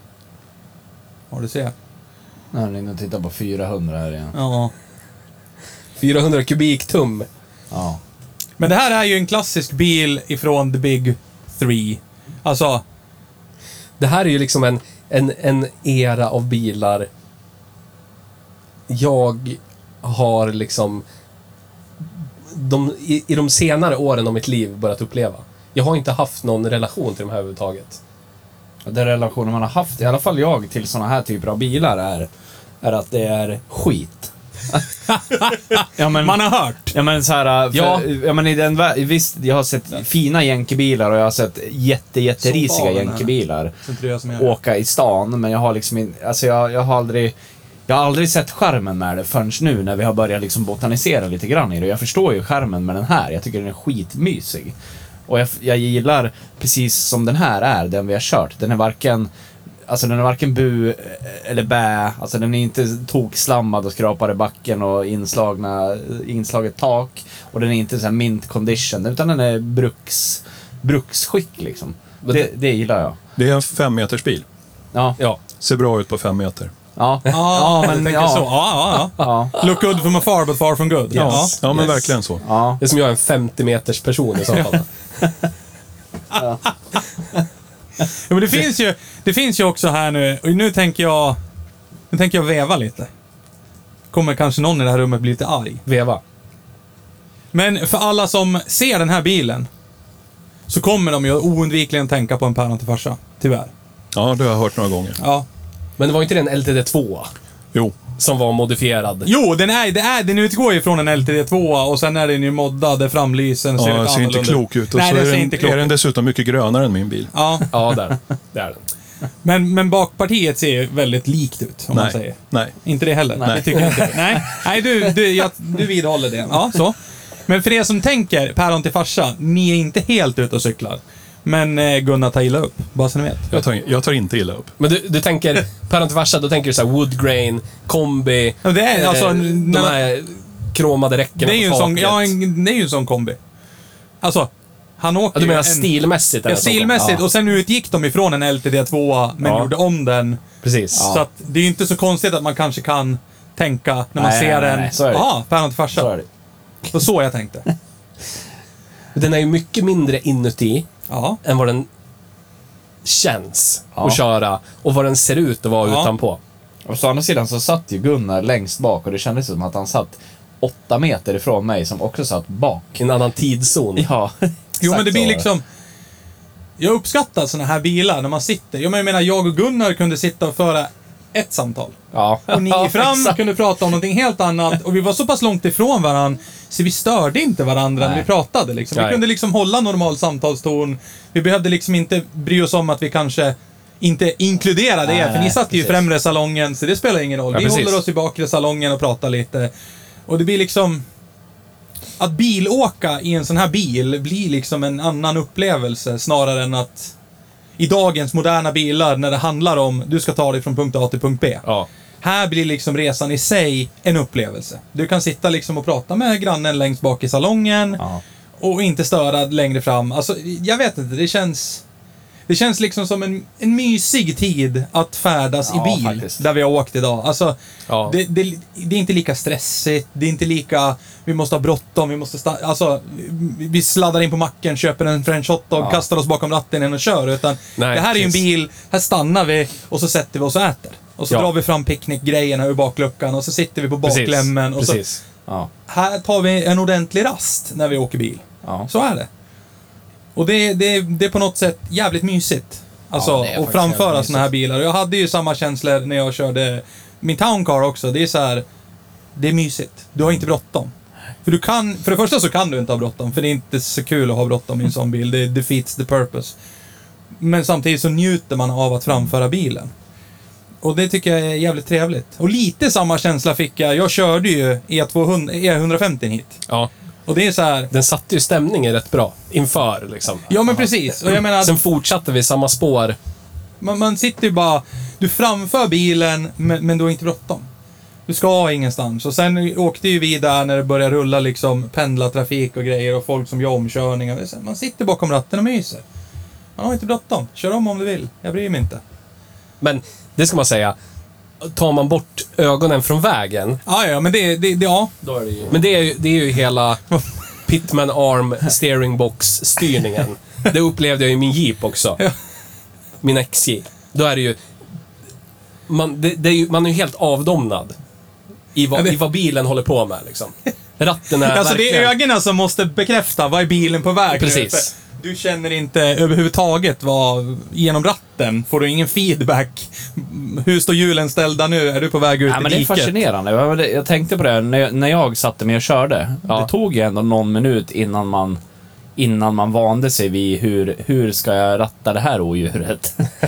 C: Ja, du ser.
D: Nu är den inne och tittar på 400 här igen.
C: Ja.
A: 400 kubiktum.
D: Ja.
C: Men det här är ju en klassisk bil ifrån the big three. Alltså,
A: Det här är ju liksom en, en, en era av bilar. Jag har liksom de, i, i de senare åren av mitt liv börjat uppleva. Jag har inte haft någon relation till de här överhuvudtaget.
D: Den relationen man har haft, i alla fall jag, till såna här typer av bilar är, är att det är skit. ja, men,
C: man har hört.
D: ja, men så här, äh, för,
A: Ja.
D: ja. men i den vä- visst, jag har sett fina jänkebilar och jag har sett jätte,
C: Som
D: jätterisiga
C: barnen,
D: jänkebilar
C: Så inte det är jag som gör det.
D: åka i stan, men jag har liksom in, alltså jag, jag har aldrig jag har aldrig sett skärmen med det förrän nu när vi har börjat liksom botanisera lite grann i det. Jag förstår ju skärmen med den här. Jag tycker den är skitmysig. Och jag, jag gillar precis som den här är, den vi har kört. Den är varken, alltså den är varken bu eh, eller bä. Alltså den är inte tokslammad och skrapar i backen och inslagna, inslaget tak. Och den är inte så här mint condition, utan den är bruks, bruksskick liksom. Det, det gillar jag.
B: Det är en femmetersbil.
D: Ja.
A: Ja.
B: Ser bra ut på fem meter.
D: Ja,
C: Ah, ja, men ja. Så.
D: ja.
C: Ah, ja,
D: Ja.
C: ja. Look good from afar, but far from good. Ja.
B: Ja, men verkligen så.
D: ja.
A: Det är som jag är en 50 meters person i så fall.
C: Ja, men det finns ju, det finns ju också här nu, och nu tänker jag, nu tänker jag veva lite. Kommer kanske någon i det här rummet bli lite arg.
A: Veva.
C: Men för alla som ser den här bilen, så kommer de ju oundvikligen tänka på en päron till farsa. Tyvärr.
B: Ja, det har jag hört några gånger.
C: Ja.
A: Men det var inte den LTD2
B: Jo.
A: som var modifierad?
C: Jo, den, är, det är, den utgår ju från en LTD2 och sen är den ju moddad, där framlysen ser
B: Ja, den
C: lite
B: ser inte
C: annorlunda
B: klok ut. Och
C: Nej,
B: så
C: den
B: är
C: ser
B: den,
C: inte klok
B: är den
C: ut.
B: dessutom mycket grönare än min bil.
C: Ja,
A: Ja, där. Det är den.
C: men, men bakpartiet ser ju väldigt likt ut, om man säger.
B: Nej. Nej.
C: Inte det heller? Nej.
D: Nej.
C: Det tycker jag inte. Nej, Nej du, du, jag, du vidhåller det. Ja, så. Men för er som tänker päron till farsa, ni är inte helt ute och cyklar. Men eh, Gunnar tar illa upp, bara så ni vet.
B: Jag tar, jag tar inte illa upp.
A: Men du, du tänker, päron till farsa, då tänker du så här woodgrain, kombi,
C: Ja, det är alltså-
A: eh, de
C: när man-
A: här kromade räckena
C: Det är, ju en
A: på
C: sån,
A: taket.
C: ja, en, det är ju en sån kombi. Alltså, han åker
A: ja, du menar
C: ju en,
A: stilmässigt? är
C: Ja,
A: det en sån kombi.
C: stilmässigt. Och sen utgick de ifrån en LTD2 men
D: Ja.
C: gjorde om den.
A: Precis.
C: Så att det är ju inte så konstigt att man kanske kan tänka när man
D: Nej,
C: ser
D: nej, nej,
C: den.
D: nej, så är det.
C: Jaha, päron till farsa.
D: Så är det.
C: det var så jag tänkte.
A: Den är ju mycket mindre inuti
C: Ja.
A: än vad den känns
D: Ja.
A: att köra och vad den ser ut att vara
C: Ja.
A: utanpå.
D: Och så å andra sidan så satt ju Gunnar längst bak och det kändes som att han satt åtta meter ifrån mig som också satt bak.
A: I en annan tidszon.
D: Ja.
C: Jo, men det
D: exakt så var
C: blir liksom... Jag uppskattar såna här bilar när man sitter. Jag menar, jag och Gunnar kunde sitta och föra ett samtal.
D: Ja.
C: Och ni
D: Ja,
C: fram
D: exakt.
C: kunde prata om någonting helt annat. Och vi var så pass långt ifrån varandra, så vi störde inte varandra när vi
D: Nej.
C: pratade. Liksom. Vi
A: Nej.
C: kunde liksom hålla normal samtalston. Vi behövde liksom inte bry oss om att vi kanske inte inkluderade
D: Nej,
C: er, för ni
D: nej,
C: satt ju i
D: precis.
C: främre salongen, så det spelar ingen roll.
A: Ja,
C: vi
A: precis.
C: håller oss i bakre salongen och pratar lite. Och det blir liksom... Att bilåka i en sån här bil blir liksom en annan upplevelse snarare än att i dagens moderna bilar när det handlar om du ska ta dig från punkt A till punkt B.
A: Ja.
C: Här blir liksom resan i sig en upplevelse. Du kan sitta liksom och prata med grannen längst bak i salongen
D: Ja.
C: och inte störa längre fram. Alltså, jag vet inte, det känns... Det känns liksom som en, en mysig tid att färdas i
D: Ja,
C: bil,
D: faktiskt.
C: där vi har åkt idag. Alltså,
A: Ja.
C: det, det, det är inte lika stressigt, det är inte lika, vi måste ha bråttom, vi måste stanna, alltså, vi- vi sladdar in på macken, köper en french hotdog, kastar oss bakom ratten igen och kör. Utan
A: Nej,
C: det här är ju en
A: precis.
C: bil, här stannar vi och så sätter vi oss och äter. Och så
A: Ja.
C: drar vi fram picknickgrejerna ur bakluckan och så sitter vi på
A: Precis.
C: baklämmen. Och så,
A: Precis.
D: Ja.
C: här tar vi en ordentlig rast när vi åker bil.
D: Ja.
C: Så är det. Och det, det, det är på något sätt jävligt mysigt.
D: Ja,
C: Alltså
D: det är
C: att
D: faktiskt
C: framföra
D: jävligt
C: såna här bilar. Och Jag hade ju samma känslor när jag körde min Town Car också. Det är så här. Det är mysigt. Du har inte bråttom. För, du kan, för det första så kan du inte ha bråttom, för det är inte så kul att ha bråttom i en sån bil. Det defeats the purpose. Men samtidigt så njuter man av att framföra bilen. Och det tycker jag är jävligt trevligt. Och lite samma känsla fick jag. Jag körde ju E E200, E150 hit.
A: Ja.
C: Och det är så här...
A: Den satte ju stämningen rätt bra inför liksom.
C: Ja, men precis. Och jag menar...
A: Sen fortsatte vi samma spår.
C: Man, man sitter ju bara... Du framför bilen, men, men du har inte bråttom. Du ska ingenstans. Och sen åkte ju vi där när det började rulla liksom pendlartrafik och grejer och folk som gör omkörningar. Det är så här, Man sitter bakom ratten och myser. Man har inte bråttom. Kör om om du vill. Jag bryr mig inte.
A: Men det ska man säga. Tar man bort ögonen från vägen.
C: Ah, ja, men det, det, det ja.
G: Då är det ju...
A: Men det är ju, det är ju hela Pitman Arm Steering Box-styrningen. Det upplevde jag i min Jeep också. Min XJ. Då är det ju... Man, det, det är ju, man är ju helt avdomnad i vad,
C: Ja, det-
A: i vad bilen håller på med liksom. Ratten är
C: Alltså det är
A: verkligen-
C: ögonen som måste bekräfta, vad är bilen på väg nu?
A: Precis.
C: För Du känner inte överhuvudtaget vad, genom ratten får du ingen feedback. Mm, Hur står hjulen ställda nu? Är du på väg ut
D: Ja,
C: i
D: men det är
C: diket?
D: fascinerande. Jag var- Jag tänkte på det här när jag, när jag satte mig och körde. Det tog ju ändå någon minut innan man, innan man vande sig vid hur, hur ska jag ratta det här odjuret?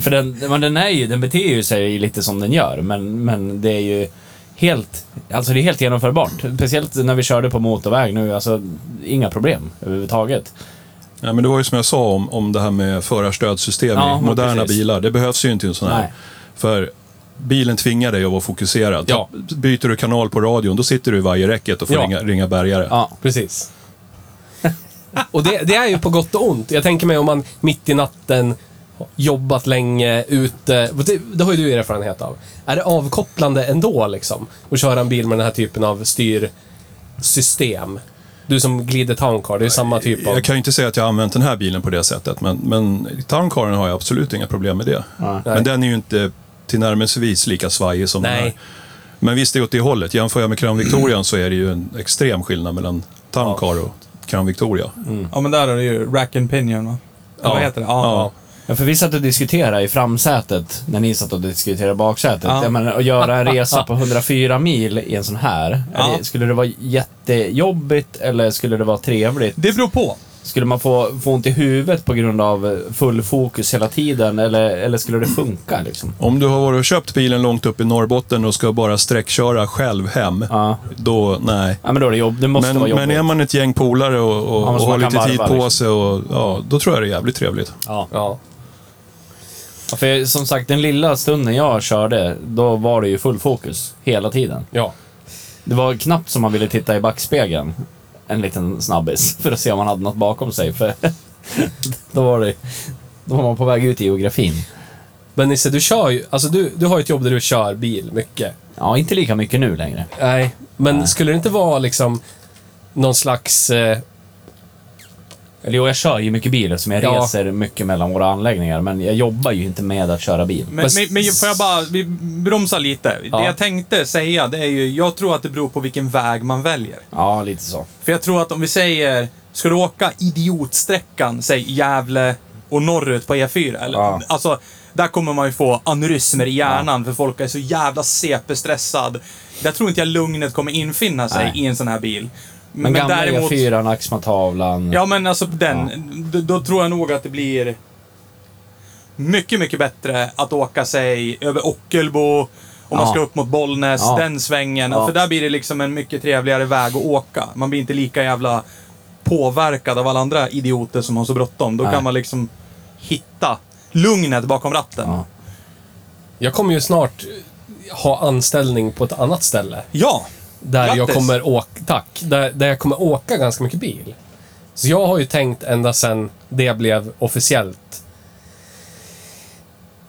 D: För den, men den, är ju, den beter ju sig lite som den gör, men, men det är ju helt, alltså det är helt genomförbart. Speciellt när vi körde på motorväg nu, alltså inga problem överhuvudtaget.
B: Ja, men det var ju som jag sa om, om det här med förarstödsystem
D: Ja,
B: i
D: men
B: moderna
D: precis.
B: bilar. Det behövs ju inte i en sån här.
D: Nej.
B: För bilen tvingar dig att vara fokuserad.
A: Ja.
B: Byter du kanal på radion, då sitter du i vajerräcket och får
A: Ja.
B: ringa, ringa bärgare.
D: Ja,
A: Precis. Och det, det är ju på gott och ont. Jag tänker mig om man mitt i natten jobbat länge ute. och Det, det har ju du erfarenhet av. Är det avkopplande ändå liksom? Att köra en bil med den här typen av styrsystem? Du som glider town car, det är ju samma typ av...
B: Jag kan ju inte säga att jag har använt den här bilen på det sättet, men, men Towncaren har jag absolut inga problem med det. Men den är ju inte tillnärmelsevis lika svajig som den här.
A: Nej,
B: Men visst, det är åt det hållet. Jämför jag med Crown Victorian så är det ju en extrem skillnad mellan Towncar och Crown Victoria.
D: Mm.
C: Ja, men där har du ju rack and pinion, va? Ja. Vad heter det? Ja.
B: Ja.
D: Ja, för vi satt och diskuterade i framsätet när ni satt och diskuterade baksätet.
C: Ja.
D: Jag menar, att göra en resa på 104 mil i en sån här.
C: Ja.
D: är det- Skulle det vara jättejobbigt eller skulle det vara trevligt?
C: Det beror på.
D: Skulle man få, få ont i huvudet på grund av eh, full fokus hela tiden eller, eller skulle det funka liksom?
B: Om du har varit och köpt bilen långt upp i Norrbotten och ska bara sträckköra själv hem,
D: Ja.
B: då nej.
D: ja, men då är det jobb. Det måste
B: Men,
D: vara jobbigt.
B: men är man ett gäng polare och, och,
D: Ja, men
B: och
D: så
B: har
D: man kan
B: lite tid
D: varva,
B: på
D: liksom.
B: sig, och, ja, då tror jag det är jävligt trevligt.
D: ja.
A: ja.
D: Ja, För som sagt, den lilla stunden jag körde, då var det ju full fokus hela tiden.
A: ja.
D: Det var knappt som man ville titta i backspegeln. En liten snabbis för att se om man hade något bakom sig. För då var det... Då var man på väg ut i geografin.
A: Men Nisse, du kör ju... Alltså du, du har ju ett jobb där du kör bil mycket.
D: Ja, inte lika mycket nu längre.
A: Nej, men skulle det inte vara liksom någon slags... Eh,
D: Eller jo, jag kör ju mycket bil som jag
A: Ja.
D: reser mycket mellan våra anläggningar. Men jag jobbar ju inte med att köra bil.
C: Men, men, men får jag bara vi bromsa lite? Det
D: Ja.
C: jag tänkte säga, det är ju, jag tror att det beror på vilken väg man väljer.
D: Ja, lite så.
C: För jag tror att om vi säger, ska du åka idiotsträckan, säg Gävle och norrut på E4? Eller?
D: Ja.
C: Alltså, där kommer man ju få aneurysmer i hjärnan för folk är så jävla CP-stressad. Där tror inte jag lugnet kommer infinna sig
D: Nej.
C: i en sån här bil.
D: Men, gamla E E4, Axmatavlan.
C: Ja, men alltså den. Då, då tror jag nog att det blir mycket, mycket bättre att åka sig över Ockelbo, om man
D: Ja.
C: ska upp mot Bollnäs,
D: Ja.
C: den svängen.
D: Ja.
C: För där blir det liksom en mycket trevligare väg att åka. Man blir inte lika jävla påverkad av alla andra idioter som har så bråttom. Då
D: Nej.
C: kan man liksom hitta lugnet bakom ratten. Ja,
D: Ja.
A: jag kommer ju snart ha anställning på ett annat ställe. Där jag
C: Grattis.
A: kommer åka, tack, där, där jag kommer åka ganska mycket bil. Så jag har ju tänkt ända sedan det blev officiellt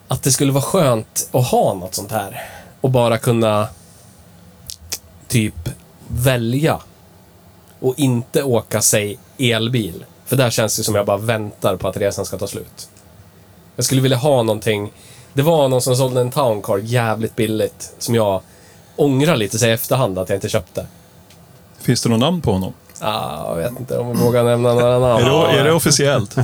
A: att det skulle vara skönt att ha något sånt här. Och bara kunna typ välja och inte åka, sig elbil. För där känns det som jag bara väntar på att resan ska ta slut. Jag skulle vilja ha någonting. Det var någon som sålde en Town Car jävligt billigt som jag ångrar lite så i efterhand att jag inte köpte.
B: Finns det något namn på honom?
A: Ah, jag vet inte om jag vågar nämna några namn.
B: Är, det, är det officiellt?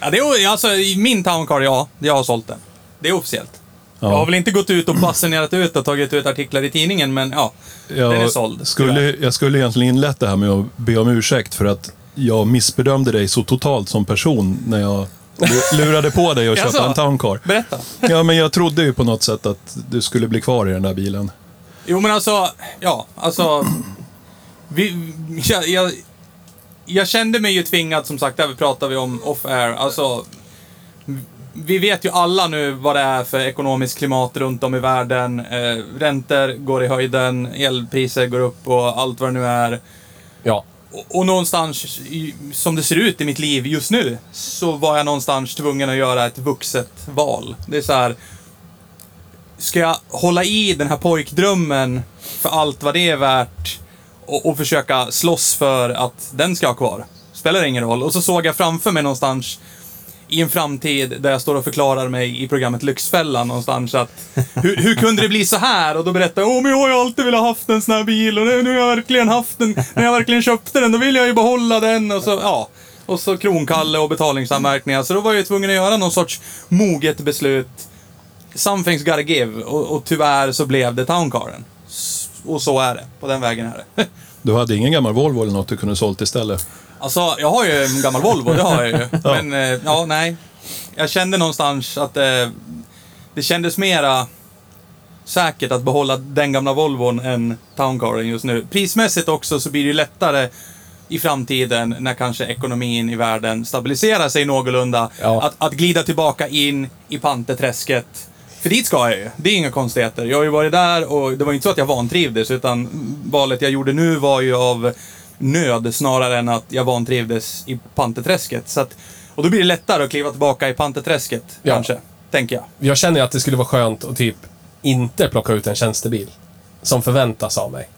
C: ja det är, alltså, i min towncar, ja. Jag har sålt den. Det är officiellt. Jag har väl inte gått ut och basunerat ut och tagit ut artiklar i tidningen, men ja. den är såld. tyvärr.
B: skulle, jag skulle egentligen inlett det här med att be om ursäkt för att jag missbedömde dig så totalt som person när jag lu- lurade på dig att
C: Jaså?
B: köpa en Town Car.
C: Berätta.
B: Ja, men jag trodde ju på något sätt att du skulle bli kvar i den där bilen.
C: Jo, men alltså, ja, alltså. Vi, jag, jag, jag kände mig ju tvingad, som sagt, det här pratar vi om off-air. Alltså, vi vet ju alla nu vad det är för ekonomiskt klimat runt om i världen. Eh, räntor går i höjden, elpriser går upp och allt vad det nu är.
A: Ja.
C: Och- Och någonstans, i- som det ser ut i mitt liv just nu, så var jag någonstans tvungen att göra ett vuxet val. Det är så här. Ska jag hålla i den här pojkdrömmen för allt vad det är värt och, och försöka slåss för att den ska jag ha kvar? Spelar ingen roll. Och så såg jag framför mig någonstans i en framtid där jag står och förklarar mig i programmet Lyxfällan någonstans att hur, hur kunde det bli så här? Och då berättar jag, åh men jag har ju alltid velat haft en sån här bil och nu, nu har jag verkligen haft den. När jag verkligen köpte den, då ville jag ju behålla den och så, ja. Och så kronkalle och betalningsanmärkningar. Så då var jag ju tvungen att göra någon sorts moget beslut. Something's gotta give. Och, och tyvärr så blev det Towncaren. S- Och så är det. På den vägen är det.
B: Du hade ingen gammal Volvo eller något du kunde sålt istället.
C: Alltså, jag har ju en gammal Volvo, det har jag ju. Men, eh, ja, nej. Jag kände någonstans att eh, det kändes mera säkert att behålla den gamla Volvon än Towncaren just nu. Prismässigt också så blir det ju lättare i framtiden när kanske ekonomin i världen stabiliserar sig någorlunda.
A: Ja.
C: Att, att glida tillbaka in i panteträsket. För dit ska jag ju. Det är inga konstigheter. Jag har ju varit där och det var ju inte så att jag vantrivdes utan valet jag gjorde nu var ju av nöd snarare än att jag vantrivdes i panteträsket. Så att, och då blir det lättare att kliva tillbaka i panteträsket
A: Ja.
C: kanske, tänker jag.
A: Jag känner ju att det skulle vara skönt att typ inte plocka ut en tjänstebil. Som förväntas av mig.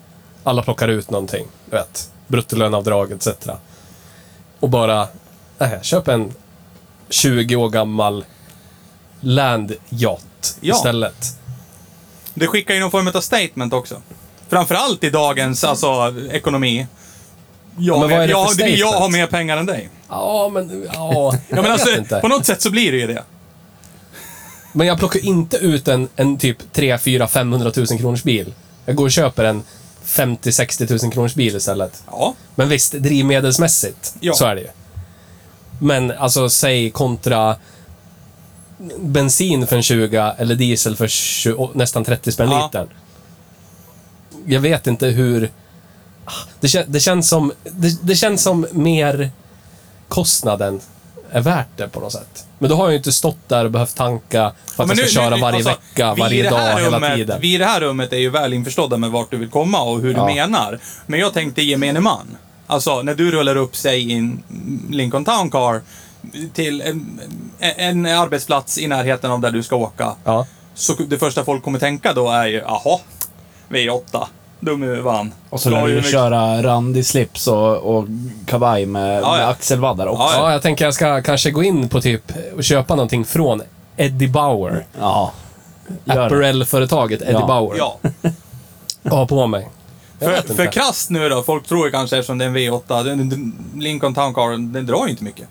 A: Alla plockar ut någonting, du vet. Bruttolöneavdrag etc. Och bara, nej, köp en 20 år gammal landyacht
C: Ja.
A: istället.
C: Det skickar ju någon form av statement också. Framförallt i dagens alltså, ekonomi. Jag,
A: Men vad är det
C: jag,
A: för
C: det blir jag
A: statement?
C: har mer pengar än dig.
A: Ja, men... Ja,
C: Ja, men
A: jag
C: alltså,
A: vet inte.
C: på något sätt så blir det ju det.
A: Men jag plockar inte ut en, en typ 3, 4, 500 000 kronors bil. Jag går och köper en 50, 60 000 kronors bil istället.
C: Ja,
A: Men visst, drivmedelsmässigt
C: Ja.
A: så är det ju. Men alltså, säg kontra bensin för en 20 eller diesel för 20, nästan 30 spänn
C: Ja.
A: litern. Jag vet inte hur... Ah, Det, kän, det, känns som, det, det känns som mer kostnaden är värt det på något sätt. Men då har jag ju inte stått där och behövt tanka för att
C: men
A: jag ska
C: nu-
A: köra
C: nu-
A: varje
C: alltså,
A: vecka,
C: vi i
A: varje
C: det här
A: dag, hela
C: rummet-
A: tiden.
C: Vi i det här rummet är ju väl införstådda med vart du vill komma och hur du menar. Men jag tänkte gemene man. Alltså, när du rullar upp, sig i en Lincoln Town Car till en, en arbetsplats i närheten av där du ska åka.
A: Ja.
C: Så det första folk kommer tänka då är ju, aha, V8, dum i huvan.
E: Och så lär
C: Drar
E: du
C: ju
E: ju
C: mycket-
E: köra randig slips och, och kavaj med,
C: Ja, ja.
E: med axelvaddar också.
C: Ja,
A: Ja, jag tänker jag ska kanske gå in på typ och köpa någonting från Eddie Bauer.
E: Ja. Gör det.
A: Apparel-företaget Eddie
E: Ja.
A: Bauer.
C: Ja.
A: Och ha på mig. Jag vet
C: För,
A: inte.
C: för krasst nu då, folk tror ju kanske eftersom det är en V8, den, den, Lincoln Town Car, den drar ju inte mycket.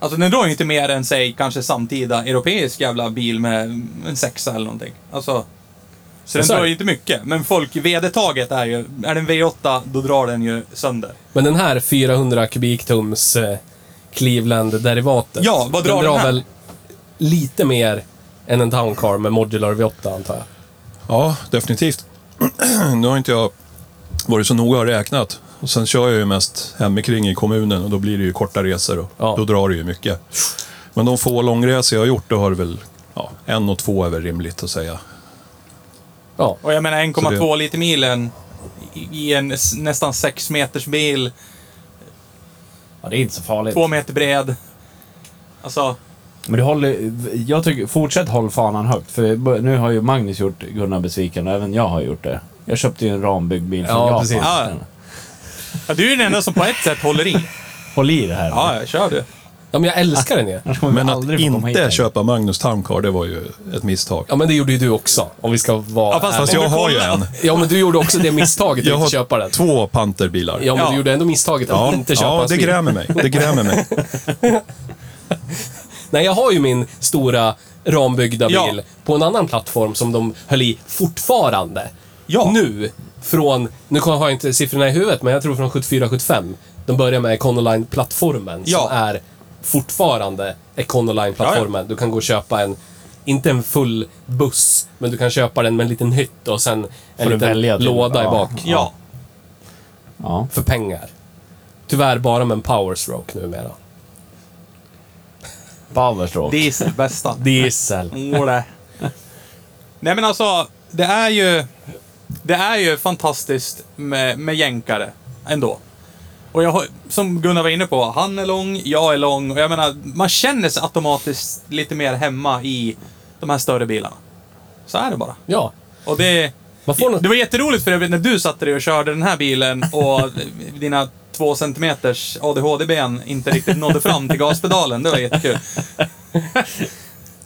C: Alltså den drar ju inte mer än, säg, kanske samtida europeisk jävla bil med en sexa eller någonting. Alltså, så den
A: Så är
C: drar
A: det.
C: ju inte mycket. Men folk, vedertaget är ju, är den V8, då drar den ju sönder.
A: Men den här 400 kubiktums eh, Cleveland-derivatet.
C: Ja, vad drar den
A: den drar
C: här?
A: väl lite mer än en Town Car med Modular V8 antar jag.
B: Ja, definitivt. nu har inte jag varit så noga och räknat. Och sen kör jag ju mest hemikring i kommunen och då blir det ju korta resor och
A: Ja.
B: då drar det ju mycket. Men de få långresor jag har gjort, då har det väl ja, en och två är väl rimligt att säga.
A: Ja.
C: Och jag menar
B: Så
C: 1,2 liter milen i- i en s- nästan 6 meters bil,
E: ja, det är inte så farligt.
C: 2 meter bred. Alltså,
E: Men du håller, jag tycker, fortsätt håll fanan högt. För nu har ju Magnus gjort Gunnar besviken och även jag har gjort det. Jag köpte ju en rambyggd bil från
A: Ja,
E: Japan.
A: precis.
C: Ja. ja, du är ju den enda som på ett sätt håller i.
E: Håll i det här.
C: Ja, ja, kör du.
A: ja, men jag älskar den ju.
E: Annars kommer vi
B: Men att
E: aldrig få komma hit
B: inte
E: längre.
B: köpa Magnus Towncar, det var ju ett misstag.
A: Ja, men det gjorde ju du också. Om vi ska vara
C: Ja, fast-
A: ärliga.
B: Fast
C: om
B: jag
C: du
B: har ju
C: kollar-
B: en.
A: ja men du gjorde också det misstaget att
B: Jag
A: inte köpa
B: har
A: den.
B: två Panterbilar.
A: Ja, men
C: Ja.
A: du gjorde ändå misstaget att
B: ja,
A: inte köpa
B: ja
A: hans
B: det
A: bil.
B: grämer mig. Det grämer mig.
A: Nej, jag har ju min stora rambyggda bil
C: Ja.
A: på en annan plattform som de höll i fortfarande.
C: Ja.
A: Nu, från, nu har jag inte siffrorna i huvudet, men jag tror från 74-75. De börjar med Econoline-plattformen
C: Ja.
A: som är fortfarande Econoline-plattformen. Du kan gå och köpa en, inte en full buss, men du kan köpa den med en liten hytt och sen en
E: du välja
A: liten
E: till-
A: låda i
E: ja.
A: bak.
C: Ja.
E: Ja.
A: För pengar. Tyvärr bara med en powerstroke numera.
E: Powerstroke.
C: Det är det bästa.
A: Diesel.
C: Åh, Nej men alltså, det är ju... Det är ju fantastiskt med, med jänkare ändå. Och jag har, som Gunnar var inne på, han är lång, jag är lång. Och jag menar, man känner sig automatiskt lite mer hemma i de här större bilarna. Så är det bara.
A: Ja.
C: Och det...
A: Man får något...
C: Det var jätteroligt för övrigt när du satte dig och körde den här bilen och dina två centimeters ADHD-ben inte riktigt nådde fram till gaspedalen. Det var jättekul.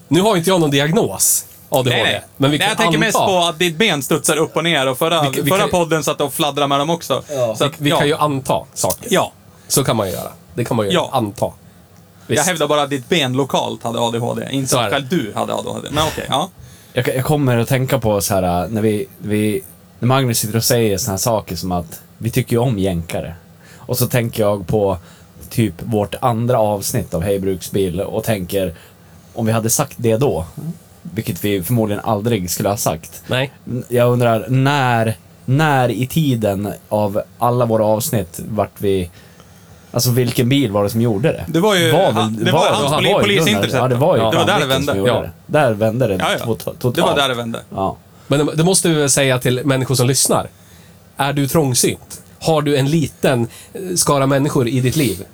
A: Nu har inte jag någon diagnos, ADHD.
C: Nej, nej.
A: Men vi
C: nej,
A: kan
C: jag tänker mest
A: anta...
C: på att ditt ben studsar upp och ner och förra,
A: Vi- vi
C: förra
A: kan-
C: podden satt och fladdrade med dem också. Så att,
A: vi, vi
C: ja.
A: kan ju anta saker.
C: Ja.
A: Så kan man ju göra. Det kan man ju
C: Ja.
A: anta. Visst.
C: Jag hävdar bara att ditt ben lokalt hade ADHD, inte
A: Så är
C: att
A: det.
C: själv du hade ADHD. Men okej, ja.
E: Jag, jag kommer att tänka på så här äh, när vi, vi när Magnus sitter och säger såna här saker som att vi tycker ju om jänkare. Och så tänker jag på typ vårt andra avsnitt av Hej Bruksbil och tänker om vi hade sagt det då, vilket vi förmodligen aldrig skulle ha sagt.
A: Nej.
E: Jag undrar när, när i tiden av alla våra avsnitt vart vi Alltså vilken bil var det som gjorde det?
C: Det var ju- han- det var ju hans poli-
E: ju Gunnar.
C: polisintercept.
E: Ja, det var ju
C: Ja. Det var där det
E: Fan Dicken som
C: vände.
E: gjorde
A: Ja.
E: det. Där vände det
C: Ja, ja.
E: tot- totalt.
C: Det var där det vände.
E: Ja.
A: Men det, det måste du väl säga till människor som lyssnar. Är du trångsynt? Har du en liten eh, skara människor i ditt liv?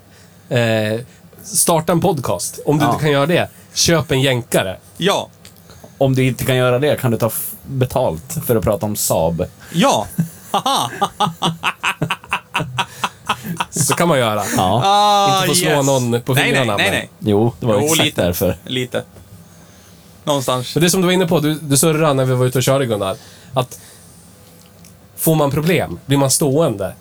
A: Eh, starta en podcast. Om du
E: Ja.
A: inte kan göra det, köp en jänkare.
C: Ja.
E: Om du inte kan göra det kan du ta f- betalt för att prata om Saab.
C: Ja.
A: Så kan man göra.
E: Ja.
C: Ah,
A: Inte få slå någon på
C: nej, nej,
A: fingrarna,
C: nej,
A: men-
C: nej.
E: Jo, det var
C: Jo,
E: exakt
C: lite.
E: därför.
C: Lite. Någonstans.
A: Men det som du var inne på, du, du surrade när vi var ute och körde Gunnar. Att får man problem, blir man stående,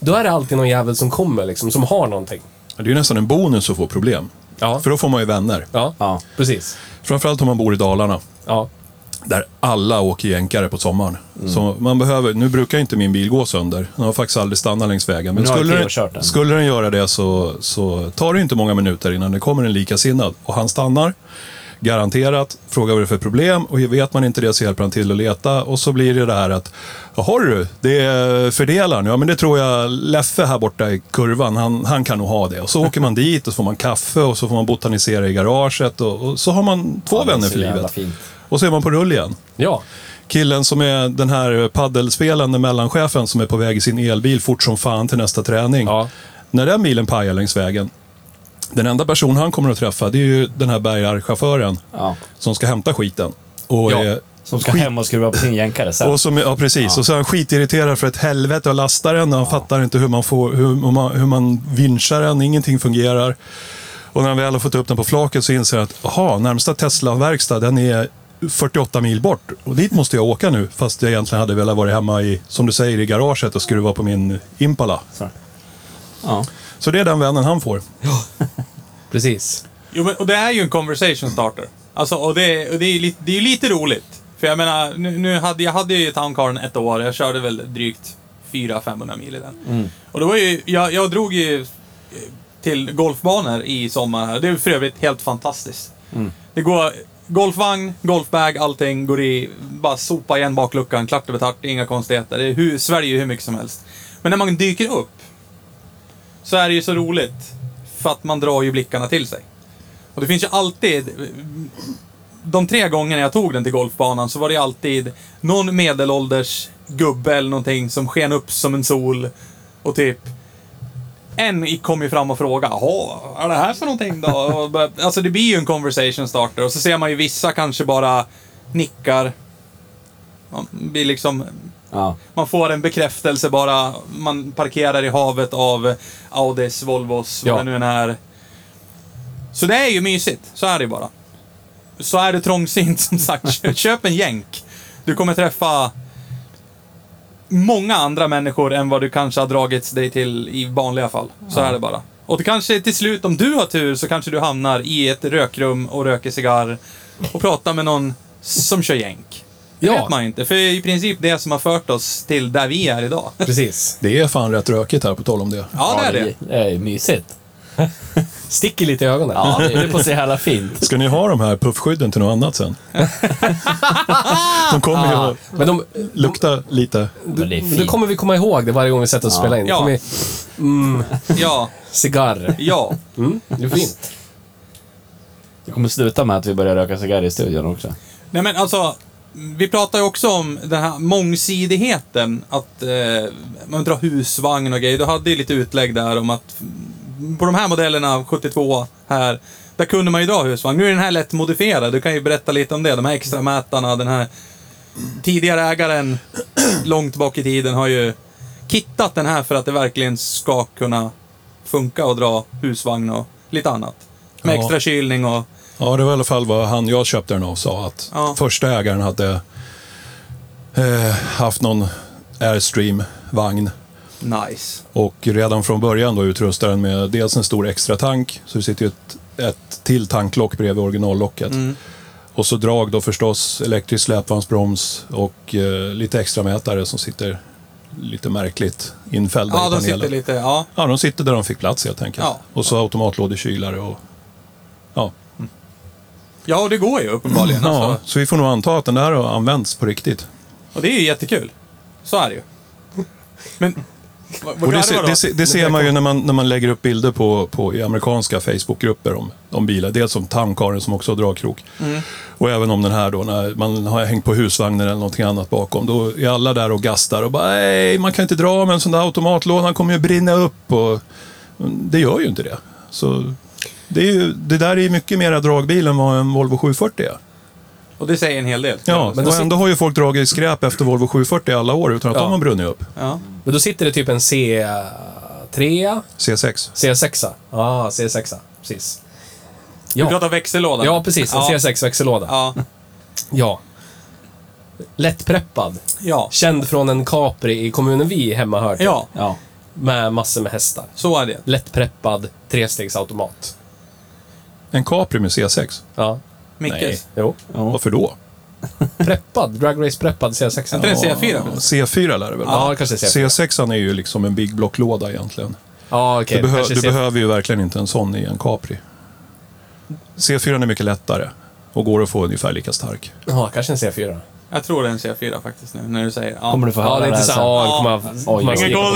A: då är det alltid någon jävel som kommer liksom, som har någonting.
B: Det är ju nästan en bonus att få problem.
A: Ja.
B: För då får man ju vänner.
A: Ja,
E: Ja.
A: precis.
B: Framförallt om man bor i Dalarna.
A: Ja.
B: där alla åker jänkare på sommaren.
E: Mm.
B: Så man behöver, nu brukar inte min bil gå sönder. Den har faktiskt aldrig stannat längs vägen. Men
E: Nu har
B: skulle
E: Theo
B: den,
E: kört den.
B: skulle den göra det så, så tar det inte många minuter innan det kommer en likasinnad. Och han stannar, garanterat, frågar vad det är för problem. Och vet man inte det så hjälper han till att leta. Och så blir det det här att, jaha du, det är fördelaren. Ja men det tror jag Leffe här borta i kurvan, han, han kan nog ha det. Och så åker man dit och så får man kaffe och så får man botanisera i garaget. Och, och så har man två
E: det är
B: vänner
E: så
B: för
E: jävla
B: livet.
E: fint.
B: Och så är man på rull igen.
A: Ja.
B: Killen som är den här paddelspelande mellanchefen som är på väg i sin elbil fort som fan till nästa träning.
A: Ja.
B: När den bilen pajar längs vägen, den enda person han kommer att träffa det är ju den här bärgarchauffören
E: Ja.
B: som ska hämta skiten. Och
A: Ja.
B: är,
E: Som ska hem och skruva på sin jänkare sen.
B: och som, ja, precis. Och så är han skitirriterad för ett helvete och lastar den och han fattar inte hur man, får, hur, hur man, hur man vinschar den. Ingenting fungerar. Och när han väl har fått upp den på flaket så inser han att aha, närmsta Tesla-verkstad den är 48 mil bort. Och dit måste jag åka nu. Fast jag egentligen hade velat vara hemma i, som du säger, i garaget och skruva på min Impala.
E: Ja.
B: Så det är den vännen han får.
A: Precis.
C: Jo, men, och det är ju en conversation starter. Alltså, och det, och det är ju lite, det är ju lite roligt. För jag menar, nu, nu hade, jag hade ju Towncaren ett år. Jag körde väl drygt 400-500 mil i den. Och det var ju, jag, jag drog ju eh, till golfbanor i sommar här. Det är för övrigt helt fantastiskt. Det går golfvagn, golfbag, allting går i. Bara sopa igen bakluckan, klart över tart, det är inga konstigheter. Det är hur, sväljer ju hur mycket som helst. Men när man dyker upp så är det ju så roligt. För att man drar ju blickarna till sig. Och det finns ju alltid... De tre gångerna jag tog den till golfbanan så var det alltid någon medelålders gubbe eller någonting som sken upp som en sol. Och typ... En gick- kom ju fram och frågade ”Jaha, vad är det här för någonting då?” och bör- Alltså det blir ju en conversation starter och så ser man ju vissa kanske bara nickar. Man blir liksom
E: Ja.
C: man får en bekräftelse bara. Man parkerar i havet av Audis, Volvos,
A: Ja.
C: vad det nu än är. Så det är ju mysigt. Så är det bara. Så är det trångsynt, som sagt. Kö- Köp en jänk. Du kommer träffa många andra människor än vad du kanske har dragits dig till i vanliga fall. Så är det bara. Och det kanske till slut, om du har tur, så kanske du hamnar i ett rökrum och röker cigarr och prata med någon som kör jänk. Det
A: Ja.
C: vet man ju inte, för det är i princip det som har fört oss till där vi är idag.
A: Precis.
B: Det är fan rätt rökigt här, på tal om det.
C: Ja, det är det.
D: Det är mysigt.
A: Sticker lite i ögonen.
D: Ja, det är på så jävla fint.
B: Ska ni ha de här puffskydden till något annat sen? De kommer ju att
A: Men de,
B: lukta lite.
D: Men det är
A: nu
D: fint.
A: kommer vi komma ihåg det varje gång vi sätter oss och spelar in.
C: Ja.
A: Ja. Kommer,
C: Ja,
A: cigarr. Mm,
C: ja.
A: Det är fint.
D: Det kommer sluta med att vi börjar röka cigarr i studion också.
C: Nej men alltså, vi pratar ju också om den här mångsidigheten. Att eh, man drar husvagn och grejer. Du hade ju lite utlägg där om att mm, på de här modellerna, av 72 här, där kunde man ju dra husvagn. Nu är den här lätt modifierad. Du kan ju berätta lite om det. De här extra mätarna, den här tidigare ägaren långt bak i tiden har ju kittat den här för att det verkligen ska kunna funka och dra husvagn och lite annat. Med
B: Ja.
C: extra kylning och...
B: Ja, det var i alla fall vad han jag köpte den av sa. Att
C: Ja.
B: första ägaren hade eh, haft någon Airstream-vagn.
C: Nice.
B: Och redan från början då utrustade den med dels en stor extra tank. Så det sitter ju ett, ett till tanklock bredvid originallocket.
C: Mm.
B: Och så drag då förstås, elektrisk släpvagnsbroms och eh, lite extra mätare som sitter lite märkligt infällda
C: Ja,
B: i
C: de
B: panelen.
C: sitter lite... Ja.
B: Ja, de sitter där de fick plats helt enkelt.
C: Ja.
B: Och så automatlådekylare och... Ja.
C: Ja, och det går ju uppenbarligen.
B: ja,
C: Alltså.
B: så vi får nog anta att den där har använts på riktigt.
C: Och det är ju jättekul. Så är det ju. Men... Vad, vad
B: Och det,
C: glad jag
B: ser,
C: var
B: det,
C: då.
B: ser, det ser man ju när man, när man lägger upp bilder på, på i amerikanska Facebookgrupper om, om bilar. Dels om Tamkaren som också har dragkrok. Och även om den här då, när man har hängt på husvagnen eller någonting annat bakom. Då är alla där och gastar och bara nej, man kan inte dra med en sån där automatlåda, han kommer ju brinna upp. Och, men det gör ju inte det. Så det, är ju, det där är ju mycket mera dragbil än vad en Volvo 740 är.
C: Och det säger en hel del.
B: Ja,
A: men
B: och
A: då sit-
B: ändå har ju folk dragit skräp efter Volvo 740 alla år utan att
A: Ja.
B: de har brunnit upp.
C: Ja.
A: Men då sitter det typ en C3?
B: C6.
A: C6? Ja, C6. Ah, Precis.
C: Du
A: Ja,
C: pratar växellåda.
A: ja precis. En
C: Ja.
A: C6-växellåda.
C: Ja.
A: Ja. Lättpreppad.
C: ja.
A: Känd från en Capri i kommunen vi hemma hör till.
C: Ja,
D: Ja.
A: Med massor med hästar.
C: så är det.
A: Lättpreppad trestegsautomat.
B: En Capri med C6.
A: Ja.
C: Mickes.
A: Jo.
B: Varför då?
A: Preppad. Drag Race-preppad C6.
C: Inte en C4?
B: C4 lär det väl
A: Ja, kanske C4.
B: C6 är ju liksom en big block-låda egentligen.
A: Ja, okej.
B: Du, behö-
A: Kanske
B: du
A: C-
B: behöver ju verkligen inte en sån i en Capri. C4 är mycket lättare och går att få ungefär lika stark.
A: Ja, kanske en C4.
C: Jag tror det är en C4 faktiskt nu, när du säger. Ja.
D: Kommer du få höra
A: Ja, det är
D: det här
A: inte så
D: sen?
A: här... Ja, det
D: Oj,
A: kommer
D: oj,
A: jag...
D: oj.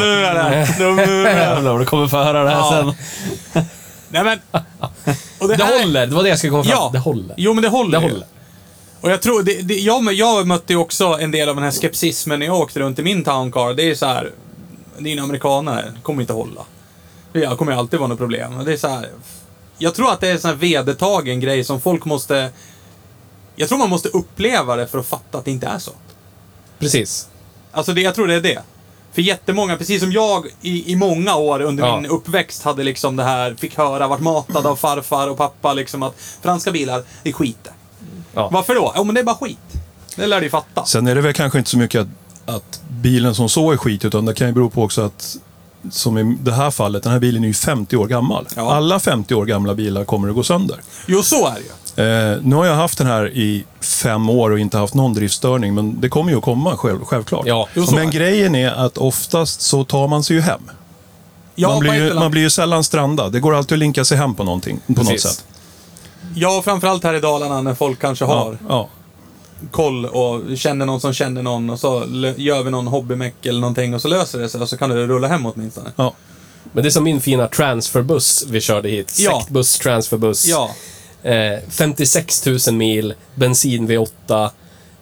A: kommer jag-
D: Jävlar, du kommer få höra det här
C: Ja.
D: sen.
C: Nej men... Och det,
A: Det
C: här,
A: håller. Det var det jag skulle komma fram
C: Ja.
A: Det håller.
C: Jo, men det håller.
A: Det
C: ju.
A: håller.
C: Och jag tror, det, det, jag, mö- jag mötte ju också en del av den här skepsismen när jag åkte runt i min towncar. Det är så här, det är en amerikanare, det kommer inte hålla. Det kommer ju alltid vara något problem. Och Det är så här, jag tror att det är en sån här vedertagen grej som folk måste, jag tror man måste uppleva det för att fatta att det inte är så.
A: Precis.
C: Alltså det, jag tror det är det. För jättemånga, precis som jag i, i många år under
A: Ja.
C: min uppväxt hade liksom det här, fick höra, vart matad av farfar och pappa liksom att franska bilar är skit.
A: Ja.
C: Varför då? Jo men det är bara skit. Det lär du ju fatta.
B: Sen är det väl kanske inte så mycket att, att bilen som så är skit, utan det kan ju bero på också att som i det här fallet, den här bilen är ju 50 år gammal.
C: Ja.
B: Alla 50 år gamla bilar kommer att gå sönder.
C: Jo, så är det ju.
B: Eh, nu har jag haft den här i fem år och inte haft någon driftstörning, men det kommer ju att komma själv, självklart.
A: Ja,
C: jo, så är
B: men
C: det.
B: grejen är att oftast så tar man sig ju hem.
C: Ja,
B: man, blir
C: på ett
B: ju,
C: eller
B: man
C: annat-
B: blir ju sällan strandad. Det går alltid att linka sig hem på någonting, på något
A: Precis.
B: sätt.
C: ja, framförallt här i Dalarna när folk kanske har
B: ja.
C: koll och känner någon som känner någon och så lö- gör vi någon hobbymäck eller någonting och så löser det sig och så kan du rulla hem åtminstone.
B: ja.
A: Men det är som min fina transferbuss vi körde hit.
C: Ja.
A: Sektbuss, transferbuss.
C: Ja,
A: Eh, 56 000 mil, bensin V8.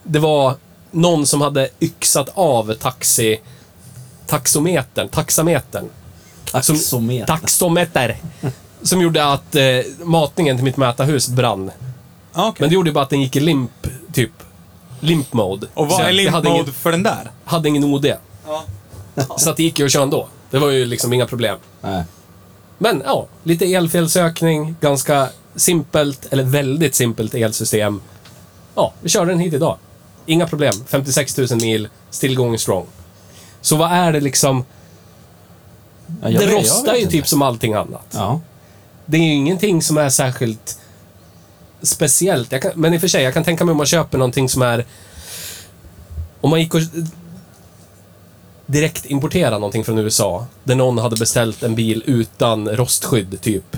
A: Det var någon som hade yxat av taxi... Taxometern, taxametern.
C: Alltså,
D: Axometer.
A: Taxometer. Som gjorde att eh, matningen till mitt mätarhus brann.
C: ja okej.
A: Men det gjorde ju bara att den gick i limp, typ. Limp mode.
C: Och vad
A: Så
C: är
A: jag- jag hade
C: limp
A: ingen-
C: mode för den där?
A: hade ingen OD.
C: Ja.
A: Så att det gick ju att köra ändå. Det var ju liksom inga problem.
D: Nej.
A: Men ja, lite elfelsökning, ganska simpelt, eller väldigt simpelt elsystem. Ja, vi körde den hit idag. Inga problem. 56 000 mil, still going strong. Så vad är det liksom?
D: Ja, jag
A: det
D: vet- jag
A: rostar
D: vet
A: ju
D: inte.
A: typ som allting annat.
D: Ja.
A: Det är ju ingenting som är särskilt speciellt. Jag kan, men i och för sig, jag kan tänka mig om man köper någonting som är... Om man gick och direkt importera någonting från USA, där någon hade beställt en bil utan rostskydd, typ.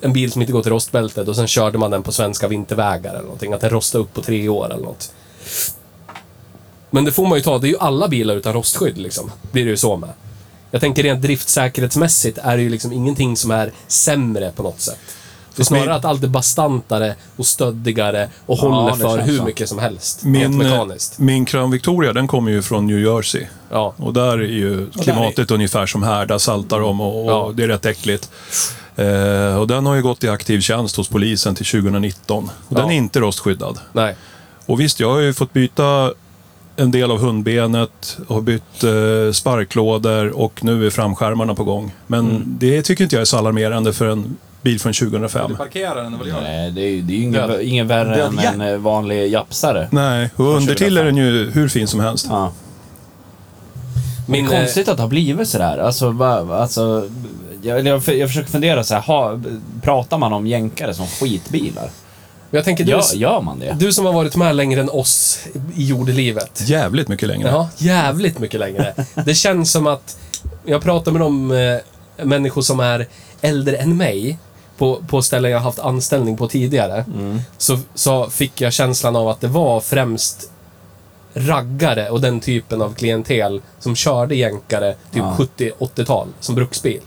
A: En bil som inte går till rostbältet och sen körde man den på svenska vintervägar eller någonting. Att den rostade upp på tre år eller något. Men det får man ju ta. Det är ju alla bilar utan rostskydd liksom. Blir det ju så med. Jag tänker rent driftsäkerhetsmässigt är det ju liksom ingenting som är sämre på något sätt. Det är
B: Fast min-
A: snarare att allt är bastantare och stöddigare och
E: Ja,
A: håller
E: det
A: för
E: känns
A: hur
E: så.
A: mycket som helst. rent
B: Min, eh,
A: mekaniskt.
B: min Crown Victoria, den kommer ju från New Jersey.
A: Ja.
B: Och där är ju klimatet ungefär som här. Där saltar de och, och
A: Ja.
B: det är rätt äckligt. Eh, och den har ju gått i aktiv tjänst hos polisen till 2019. Och den
A: Ja.
B: är inte rostskyddad.
A: Nej.
B: Och visst, jag har ju fått byta en del av hundbenet, har bytt eh, sparklådor och nu är framskärmarna på gång. Men det tycker inte jag är så alarmerande för en bil från 2005.
C: Parkera den, det vill jag.
D: Nej, det är ju det är ju ingen, ingen värre
C: Död
D: än
C: jä-
D: en eh, vanlig japsare.
B: Nej, och under till är den ju hur fin som helst.
D: Ja.
A: Min, eh,
D: Konstigt att det har blivit sådär. Alltså, va, alltså, jag, eller jag, för- jag försöker fundera så här. Ha, pratar man om jänkare som skitbilar?
A: eh, jag tänker, du,
D: Gör, gör man det?
A: Du som har varit med längre än oss i jordelivet.
B: Jävligt mycket längre.
A: Ja, jävligt mycket längre. Det känns som att jag pratar med de eh, människor som är äldre än mig på, på ställen jag haft anställning på tidigare. Så, så fick jag känslan av att det var främst raggare och den typen av klientel som körde jänkare typ
D: Ja.
A: 70-80-tal som bruksbil.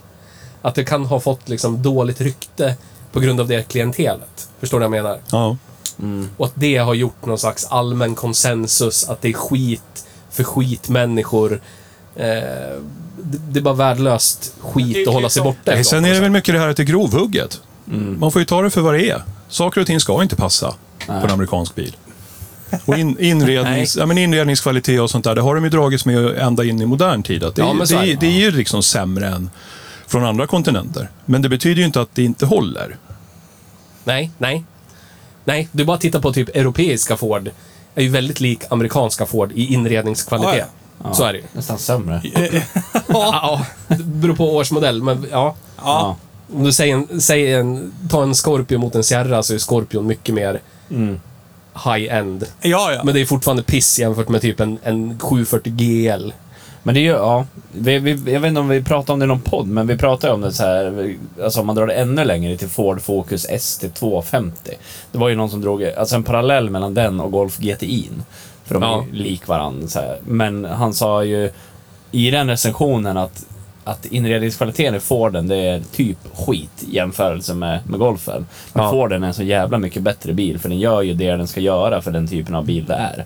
A: Att det kan ha fått liksom dåligt rykte på grund av det klientelet. Förstår du vad jag menar?
B: Ja.
A: Och att det har gjort någon slags allmän konsensus att det är skit för skitmänniskor. Eh, det, det är bara värdelöst
C: Det är
A: skit
C: ju
A: att hålla sig
C: liksom-
A: borta
B: Nej,
A: ifrån. alltså.
B: sen är det väl mycket det här att det är grovhugget.
A: Mm.
B: Man får ju ta det för vad det är. Saker och ting ska inte passa på en amerikansk bil. Och in, inrednings, ja, men inredningskvalitet och sånt där, det har de ju dragits med ända in i modern tid. Att det,
A: Ja, men så är
B: det,
A: det.
B: det är ju liksom sämre än från andra kontinenter. Men det betyder ju inte att det inte håller.
A: Nej, nej. Nej, du bara tittar på typ europeiska Ford. är ju väldigt lik amerikanska Ford i inredningskvalitet. Så är det ju.
D: Nästan sämre.
A: Ja, det beror på årsmodell, men ja.
D: Ja.
A: Om du säger en, säger en, ta en Scorpio mot en Sierra så är Scorpion mycket mer high-end.
C: Ja, ja.
A: Men det är fortfarande piss jämfört med typ en, en 740 GL.
D: Men det är ju, ja. Vi, vi, jag vet inte om vi pratar om det i någon podd, men vi pratar ju om det så här. Alltså om man drar det ännu längre till Ford Focus ST250. Det var ju någon som drog alltså en parallell mellan den och Golf GTI. För de
A: Ja.
D: är ju lik varandra. Så här. Men han sa ju i den recensionen att, att inredningskvaliteten i Forden, det är typ skit i jämförelse med, med Golfen. Men
A: Ja.
D: Forden är en så jävla mycket bättre bil, för den gör ju det den ska göra för den typen av bil det är.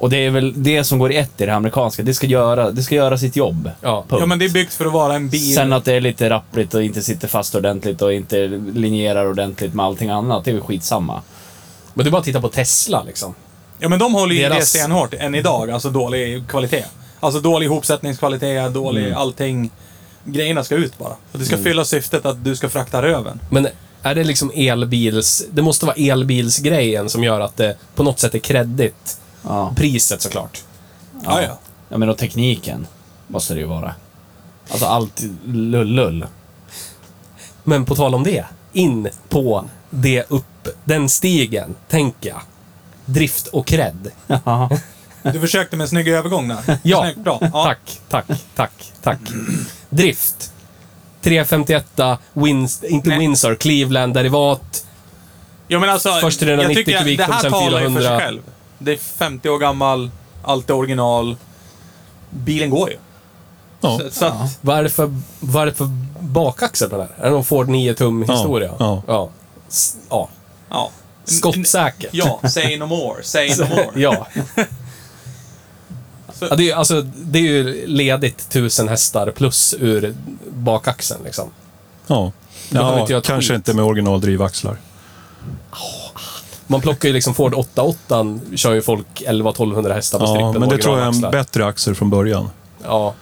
D: Och det är väl det som går i ett i det amerikanska. Det ska göra, det ska göra sitt jobb.
A: Ja.
D: Punkt.
C: Ja, men det är byggt för att vara en bil.
D: Sen att det är lite rappligt och inte sitter fast ordentligt och inte linjerar ordentligt med allting annat, det är väl skitsamma.
A: Men du bara att titta på Tesla liksom.
C: Ja, men de håller ju
A: Deras-
C: det stenhårt än idag. Alltså dålig kvalitet. Alltså dålig ihopsättningskvalitet, dålig allting. Grejerna ska ut bara. Och det ska fylla syftet att du ska frakta röven.
A: Men är det liksom elbils... Det måste vara elbilsgrejen som gör att det på något sätt är kreddigt.
D: Ja.
A: Priset såklart.
C: Ja, ja.
D: Ja, men och tekniken måste det ju vara. Alltså allt lullull.
A: Men på tal om det. In på det upp, den stigen, tänker jag. Drift och cred.
C: Du försökte med en snygg övergång där.
A: Ja.
C: Snyggt, bra. Ja.
A: Tack, tack, tack, tack. Drift. 351, Wins, inte
C: Nej.
A: Windsor, Cleveland, derivat.
C: Ja, men alltså,
A: Först
C: jag
A: 390
C: tycker
A: kubik
C: det
A: och
C: här
A: sen
C: talar ju för
A: 400.
C: sig själv. Det är 50 år gammal, allt är original. Bilen går ju.
B: Ja.
C: Så, så att,
A: Vad är det för, vad är det för bakaxel på den här? Är det någon Ford 9-tum historia?
B: ja.
A: ja. S- ja.
C: ja.
A: Skottsäkert.
C: Ja, say no more, say no more.
A: ja. ja det, är, ju- alltså, det är ju ledigt 1000 hästar plus ur bakaxeln liksom.
B: Ja,
A: behöver
B: ja
A: inte göra ett
B: kanske
A: skit.
B: inte med original drivaxlar.
A: Man plockar ju liksom Ford 88 kör ju folk 11-1200 hästar på
B: Ja,
A: strippen.
B: men det
A: och
B: tror jag är en
A: originalaxlar.
B: bättre axel från början.
A: Ja.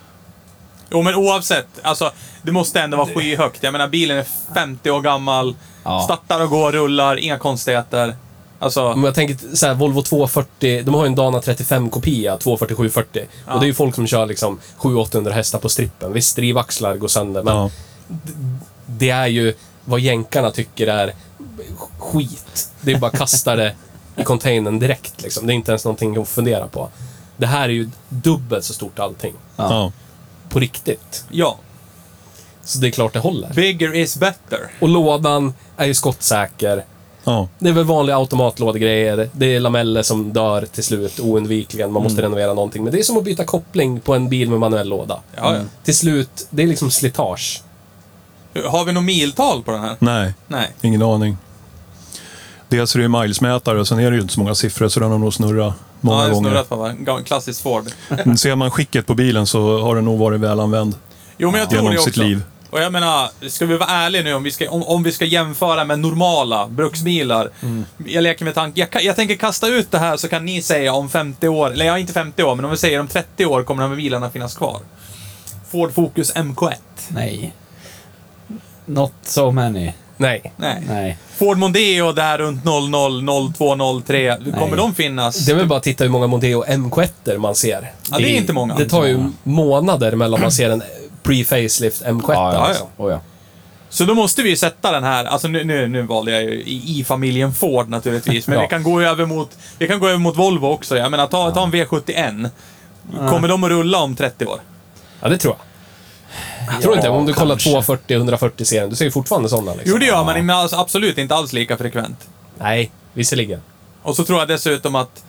C: Jo, men oavsett. Alltså, det måste ändå vara skyhögt. Jag menar, bilen är 50 år gammal.
D: Ja.
C: Startar och går, rullar, inga konstigheter. Alltså,
A: Men jag tänker så här, Volvo 240, de har ju en Dana 35-kopia, 240-740. Och det är ju folk som kör liksom 700-800 hästar på strippen. Visst, drivaxlar går sönder, men
B: Ja.
A: det är ju vad jänkarna tycker är skit. Det är bara att kasta det i containern direkt. Liksom. Det är inte ens någonting att fundera på. Det här är ju dubbelt så stort allting.
B: Ja.
A: På riktigt.
C: Ja.
A: Så det är klart det håller.
C: Bigger is better.
A: Och lådan är ju skottsäker.
B: Ja.
A: Det är väl vanliga automatlådegrejer. Det är lameller som dör till slut oundvikligen. Man
C: Mm.
A: måste renovera någonting. Men det är som att byta koppling på en bil med manuell låda.
C: Ja, ja.
A: Till slut, det är liksom slitage.
C: Har vi något miltal på den här?
B: Nej,
C: Nej.
B: ingen aning. Dels är det ju milesmätare och sen är det ju inte så många siffror så den har nog snurrat många
C: ja, det
B: gånger.
C: snurrat på varandra. Klassisk Ford.
B: Ser man skicket på bilen så har den nog varit väl använd.
C: Jo, men jag tror
B: Genom
C: det också.
B: sitt liv.
C: Och jag menar, ska vi vara ärliga nu om vi ska, om, om vi ska jämföra med normala bruksbilar.
B: Mm.
C: Jag leker med tanken. Jag, kan- jag tänker kasta ut det här så kan ni säga om 50 år, eller ja, inte 50 år, men om vi säger om 30 år kommer de här bilarna finnas kvar. Ford Focus MK1.
D: Nej. Not so many.
A: Nej.
C: Nej.
D: Nej.
C: Ford Mondeo där runt 00, 02, 03. Kommer de finnas?
A: Det är väl bara att titta hur många Mondeo MK1 man ser.
C: Ja, det är inte många.
A: Det tar ju månader mellan man ser en pre-facelift MK1.
C: ja,
A: alltså.
C: ja.
D: Oh, ja.
C: Så då måste vi ju sätta den här, alltså nu, nu, nu valde jag ju i, i familjen Ford naturligtvis, men vi kan gå över mot, vi kan gå över mot Volvo också. Jag menar, ta, ta en V71. Kommer de att rulla om 30 år?
A: Ja, det tror jag. Jag tror inte, om du kollar 240-140-serien, du ser ju fortfarande sådana. Liksom.
C: Jo, det gör man, men alltså, absolut inte alls lika frekvent.
A: Nej, visserligen.
C: Och så tror jag dessutom att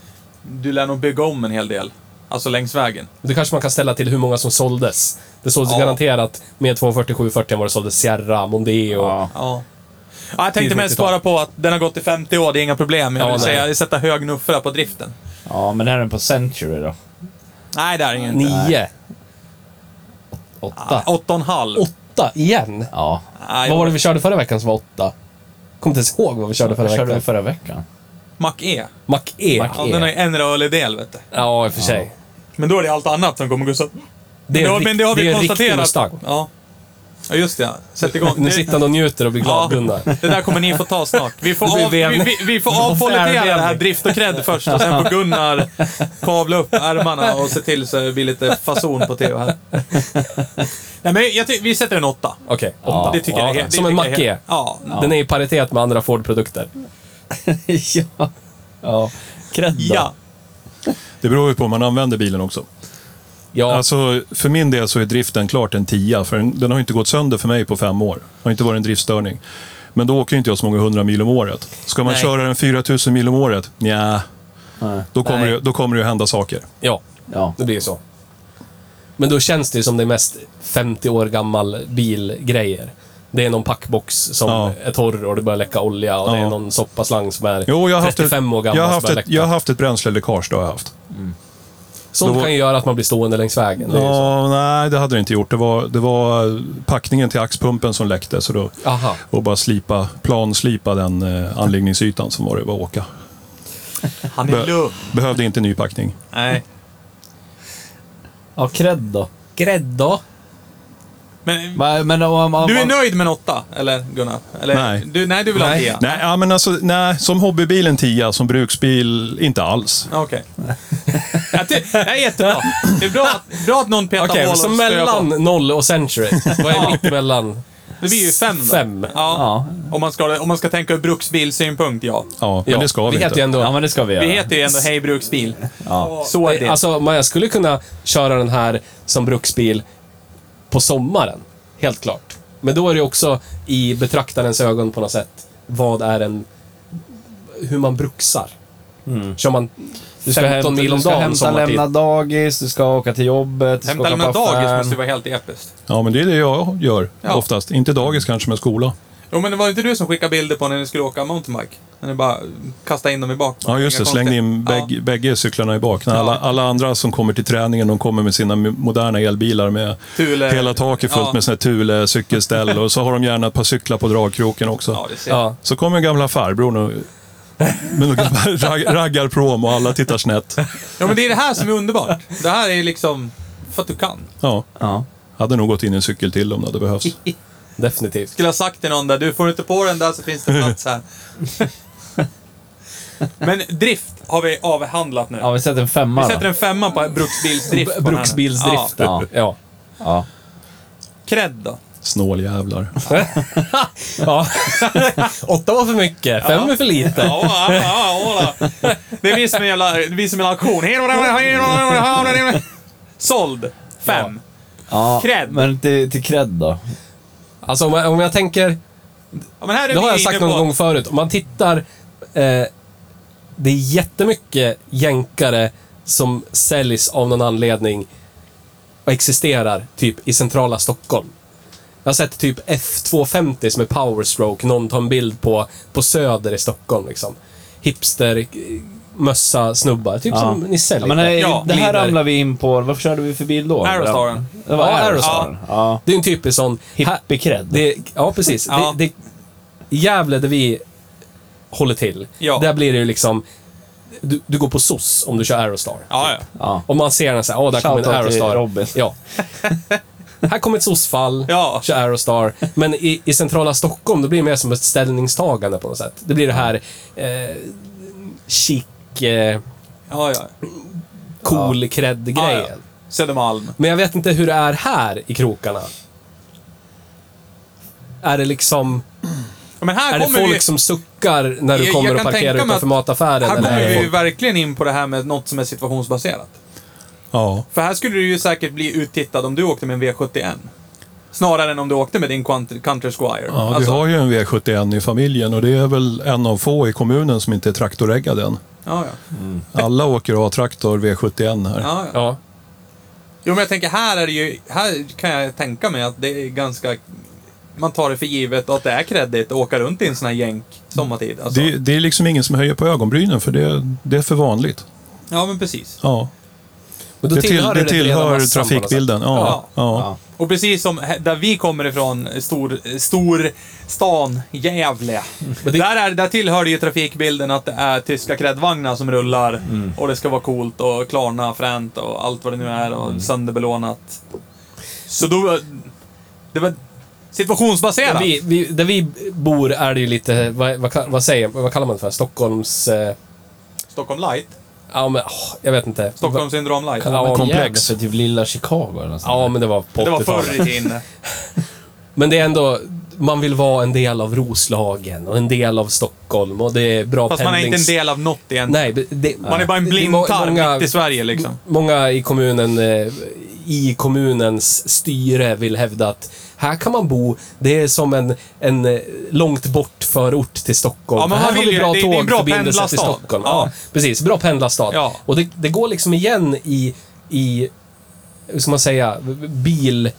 C: du lär nog bygga om en hel del. Alltså längs vägen.
A: Det kanske man kan ställa till hur många som såldes. Det såldes
C: Ja.
A: garanterat mer 240 740 än vad det såldes Sierra, Mondeo.
D: Ja.
C: Ja. ja jag tänkte mest
A: 10-90-tal.
C: bara på att den har gått i 50 år, det är inga problem. Jag
A: Ja,
C: vill
A: nej.
C: säga, sätta hög nuffra på driften.
D: ja, men här är den på Century då.
C: Nej, det är ingen.
A: Nio.
D: Åtta.
C: Ah, Åtta och en halv.
A: Åtta igen.
D: Ja.
C: Nej,
A: Vad var det vi körde förra veckan som var åtta? Kommer inte ens ihåg vad vi körde förra
D: Vad körde vi
A: veckan.
D: förra veckan?
C: Mac E.
A: Mac E.
D: Mac-
C: Ja, den har ju en rörlig del, vet du.
A: Ja, i och för sig.
C: Men då är det allt annat som kommer gå sönder.
A: Det
C: Ja, men
A: en rikt-
C: det har vi
A: är en riktig
C: konstaterat.
A: Mustang.
C: Ja. ja, just det. ja. Sätt igång.
A: Nu
C: Det-
A: sitter han och njuter och blir glad, Gunnar.
C: det där kommer ni få ta snart. Vi
A: Det
C: får,
A: blir
C: av, vi,
A: vän.
C: vi, vi får avfolletera det här drift och cred först och sen får Gunnar kavla upp ärmarna och se till så det blir lite fason på tv här. Nej, men jag ty- vi sätter en åtta.
A: Okej, åtta.
D: Ja,
C: Det tycker
A: Ja,
C: jag är helt...
A: Som
C: det
A: en Mac
C: tycker jag är
A: E.
C: helt- Ja.
A: Den är i paritet med andra Ford-produkter.
D: ja. ja. Cred då.
C: Ja.
B: Det beror ju på hur man använder bilen också.
A: Ja,
B: Alltså, för min del så är driften klart en tia, för den, den har inte gått sönder för mig på fem år. Det har inte varit en driftstörning. Men då åker ju inte jag så många hundra mil om året. Ska man
C: Nej.
B: köra den 4000 mil om året? Nja. Då kommer, det, då kommer det att hända saker.
A: ja.
D: Ja.
A: Det blir så. Men då känns det ju som det är mest 50 år gammal bilgrejer. Det är någon packbox som
B: Ja.
A: är torr och det börjar läcka olja och det är
B: Ja.
A: någon soppaslang som är
B: Jo, jag har haft, ett,
A: 35 år gammal
B: jag har
A: som
B: haft,
A: börjar
B: ett,
A: läcka.
B: jag har haft ett bränsleläckage. Det har jag haft.
A: Sånt
B: då-
A: kan ju göra att man blir stående längs vägen. Det är ju så.
B: Ja, nej, det hade det inte gjort. Det var, det var eh, packningen till axpumpen som läckte. Så då,
A: Aha.
B: och bara slipa, planslipa den eh, anläggningsytan som var det bara att åka.
C: Han är
B: Bö-
C: lugn.
B: Behövde inte ny packning.
C: Nej.
D: Ja, cred då.
A: Grädda.
C: Men
D: Men, men om, om,
C: du är
D: om,
C: nöjd med en åtta? Eller Gunnar? Eller,
B: Nej.
C: Du, nej, du vill ha en tia?
B: Nej, ja, men alltså, nej, som hobbybil en tia, som bruksbil inte alls.
C: Okej. Ja, det, det är jättebra. Det är bra att, bra att någon petar
A: Okej,
C: hål och
A: så
C: spöar
A: mellan
C: på.
A: noll och century. Vad är mitt mellan?
C: Det blir ju fem. då.
A: Fem.
C: Ja. Om, man ska, om man ska tänka ur bruksbilsynpunkt, ja.
B: Ja, men
A: Ja,
B: det ska vi,
A: vi heter
B: inte.
A: ju ändå...
D: Ja, men det ska vi göra.
C: Vi heter ju ändå Hej Bruksbil. Så är det.
A: Alltså, man jag skulle kunna köra den här som bruksbil på sommaren. Helt klart. Men då är det också i betraktarens ögon på något sätt. Vad är en... Hur man bruksar. Kör man 15 mil om
D: Mm. du ska
A: dagen
D: hämta,
A: sommartid.
D: lämna dagis, du ska åka till jobbet, du ska
C: Hämta
D: åka
C: lämna
D: på
C: dagis
D: affären.
C: måste ju vara helt episkt.
B: Ja, men det är det jag gör
C: Ja.
B: oftast. Inte dagis kanske, men skola.
C: Jo, men det var inte du som skickade bilder på när ni skulle åka mountainbike? När ni bara kastade in dem i bak.
B: Ja, just det.
C: Inga
B: Slängde in
C: konstigheter.
B: bägge, bägge cyklarna i bak. När alla, alla andra som kommer till träningen, de kommer med sina moderna elbilar med
C: Thule.
B: hela taket fullt
C: Ja.
B: med såna här Thule cykelställ och så har de gärna ett par cyklar på dragkroken också.
C: Ja, det ser jag.
A: Ja.
B: Så kommer gamla farbrorn och med några rag, raggarprom och alla tittar snett.
C: ja, men det är det här som är underbart. Det här är liksom för att du kan.
B: Ja,
D: Ja.
B: hade nog gått in i en cykel till om det hade behövts.
A: Definitivt.
C: skulle ha sagt till någon där, du får inte på den där så finns det plats här. Men drift har vi avhandlat nu.
D: ja, vi sätter en femma
C: Vi
D: då.
C: sätter en femma på bruksbilsdrift. på den här nu.
A: Bruksbilsdrift.
C: Ja.
D: Ja.
A: Ja.
C: Cred då?
B: Snåljävlar.
A: Ja. Åtta var för mycket, fem är för lite.
C: Ja, ja, ja, ja. Det blir som en jävla, det blir som en auktion. Såld. Fem.
D: Ja,
C: Cred.
D: Men till, till cred då?
A: Alltså om jag, om jag tänker,
C: Ja, men här är
A: det har
C: vi
A: jag
C: inne
A: sagt
C: på-
A: någon gång förut, om man tittar, eh, det är jättemycket jänkare som säljs av någon anledning och existerar typ i centrala Stockholm. Jag har sett typ F250 som är powerstroke, någon tar en bild på, på Söder i Stockholm liksom. Hipster, eh, mössa, snubbar. Typ
D: Ja.
A: som Nisse
D: Ja,
A: lite.
D: men nej,
C: Ja,
D: det här
A: glider.
D: ramlar vi in på. Varför körde vi förbi då?
C: Aerostaren.
D: Det var
A: Ja,
D: Aerostaren. Ja.
A: Det är en typisk sån... här-
D: Hippie-cred.
A: Det, ja, precis.
C: Ja.
A: Det, det, Gävle, där vi håller till,
C: Ja.
A: där blir det ju liksom... Du, du går på SOS om du kör Aerostar.
C: Ja, ja.
D: Ja.
A: Om man ser den så här, åh, där kommer en
D: Shoutout till
A: Aerostar.
D: Robin.
A: Ja. här kommer ett SOS-fall,
C: Ja.
A: kör Aerostar. Men i, i centrala Stockholm, då blir det mer som ett ställningstagande på något sätt. Det blir det här eh, chic, eh,
C: ja, ja.
A: cool, cred-grejen.
C: Ja, ja. Södermalm.
A: Men jag vet inte hur det är här i krokarna. Är det liksom...
C: Ja, Men här
A: Är det
C: kommer
A: folk
C: vi...
A: som suckar när du
C: Jag-
A: kommer
C: jag
A: och
C: kan
A: parkerar
C: tänka mig
A: utanför
C: att-
A: mataffären?
C: Här
A: Eller
C: kommer
A: är det
C: vi ju
A: folk...
C: verkligen in på det här med något som är situationsbaserat.
B: Ja.
C: För här skulle du ju säkert bli uttittad om du åkte med en V71. Snarare än om du åkte med din Quant- Counter Squire.
B: Ja,
C: Alltså,
B: vi har ju en V71 i familjen och det är väl en av få i kommunen som inte är traktoräggad än.
C: ja, ja.
B: Alla åker och har traktor V71 här.
C: Ja, ja.
A: Ja.
C: Jo, men jag tänker här är det ju... Här kan jag tänka mig att det är ganska... Man tar det för givet och att det är kreddigt att åka runt i en sån här jänk sommartid. Alltså.
B: Det, det är liksom ingen som höjer på ögonbrynen för det, det är för vanligt.
C: Ja, men precis.
B: Ja.
A: Men då
B: Det, till, det
A: den breda
B: tillhör
A: massan på något
B: trafikbilden.
A: sätt.
B: Ja, ja.
C: Och precis som he- där vi kommer ifrån, stor, stor stan Gävle. Där, är, där tillhör det ju trafikbilden att det är tyska kräddvagnar som rullar.
A: Mm.
C: Och det ska vara coolt och Klarna fränt och allt vad det nu är
A: Mm.
C: och sönderbelånat. Så då... Det var
A: Där
C: situationsbaserat.
A: vi, vi, där vi bor är det ju lite, vad, vad, kall- vad säger vad kallar man det för? Stockholms... Eh,
C: Stockholm light.
A: ja, men åh, jag vet inte.
C: Stockholm syndrom light.
A: Ja,
D: Komplex. För typ lilla Chicago eller nåt sånt.
A: Ja, men det var på
C: Det var
A: 80-talet.
C: förr i tiden.
A: Men det är ändå, man vill vara en del av Roslagen och en del av Stockholm och det är bra
C: Fast man är inte en
A: pendlings-
C: del av något egentligen.
A: Nej, det,
C: Man är bara en
A: det- det är
C: blindtarm
A: många-
C: mitt i Sverige liksom.
A: Många i kommunen, eh, i kommunens styre vill hävda att här kan man bo, det är som en, en eh, långt bort förort till Stockholm.
C: Ja, men
A: För
C: man
A: här
C: vill
A: har vi
C: ju- det-
A: bra
C: det är en bra
A: tågförbindelser till
C: pendlarstad.
A: Stockholm. Ja.
C: Ja.
A: precis. Bra pendlarstad.
C: Ja.
A: Och det, det går liksom igen i, i hur ska man säga, bil...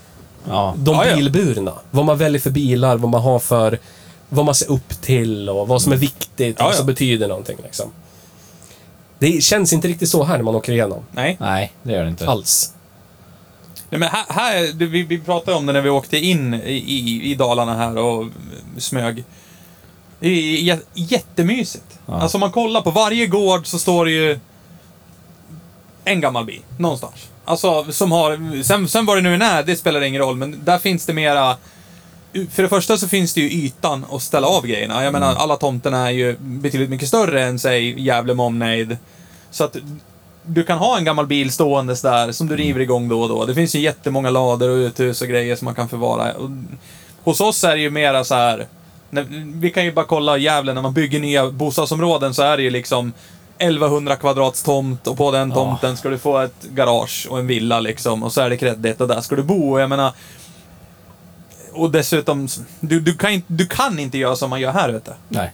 D: Ja.
A: De
C: Ja, ja.
A: bilburna. Vad man väljer för bilar, vad man har för... Vad man ser upp till och vad som är viktigt och
C: Ja,
A: vad
C: ja.
A: som betyder någonting. Liksom. Det känns inte riktigt så här när man åker igenom.
C: Nej.
D: Nej, det gör det inte.
A: Alls.
C: Nej, men här, här, det- vi, vi pratade om det när vi åkte in i, i, i Dalarna här och mm, smög. Det är jä- jättemysigt. Alltså om man kollar på varje gård så står det ju en gammal bil någonstans. Alltså som har, sen, sen var det nu är när, det spelar ingen roll, men där finns det mera för det första så finns det ju ytan att ställa av grejerna. Jag menar, alla tomterna är ju betydligt mycket större än, säg, Gävle med omnejd. Så att du kan ha en gammal bil ståendes där som du river igång då och då. Det finns ju jättemånga lador och uthus och grejer som man kan förvara. Och hos oss är det ju mera så här... När, vi kan ju bara kolla Gävle, när man bygger nya bostadsområden så är det ju liksom 1100 kvadrats tomt och på den tomten ska du få ett garage och en villa liksom. Och så är det kreddigt och där ska du bo. Och jag menar, och dessutom, du, du, kan, inte- du kan inte göra som man gör här ute.
D: Nej.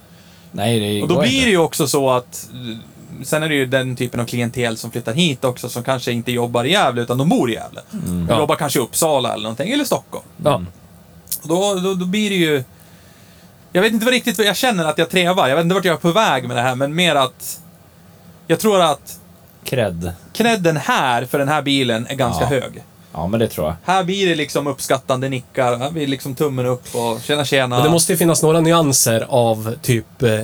D: Nej, det
C: Och då
D: går
C: blir
D: inte.
C: det ju också så att... Sen är det ju den typen av klientel som flyttar hit också, som kanske inte jobbar i Gävle, utan de bor i Gävle. De
A: Mm. Ja.
C: jobbar kanske i Uppsala eller någonting, eller Stockholm.
A: Ja.
D: Mm.
C: Och då, då, då blir det ju... Jag vet inte vad riktigt vad jag känner att jag trevar. Jag vet inte vart jag är på väg med det här, men mer att... Jag tror att
D: Cred.
C: knädden här, för den här bilen, är ganska
D: Ja.
C: hög.
D: Ja, men det tror jag.
C: Här blir det liksom uppskattande nickar, här blir liksom tummen upp och tjena tjena.
A: Men det måste ju finnas några nyanser av typ eh,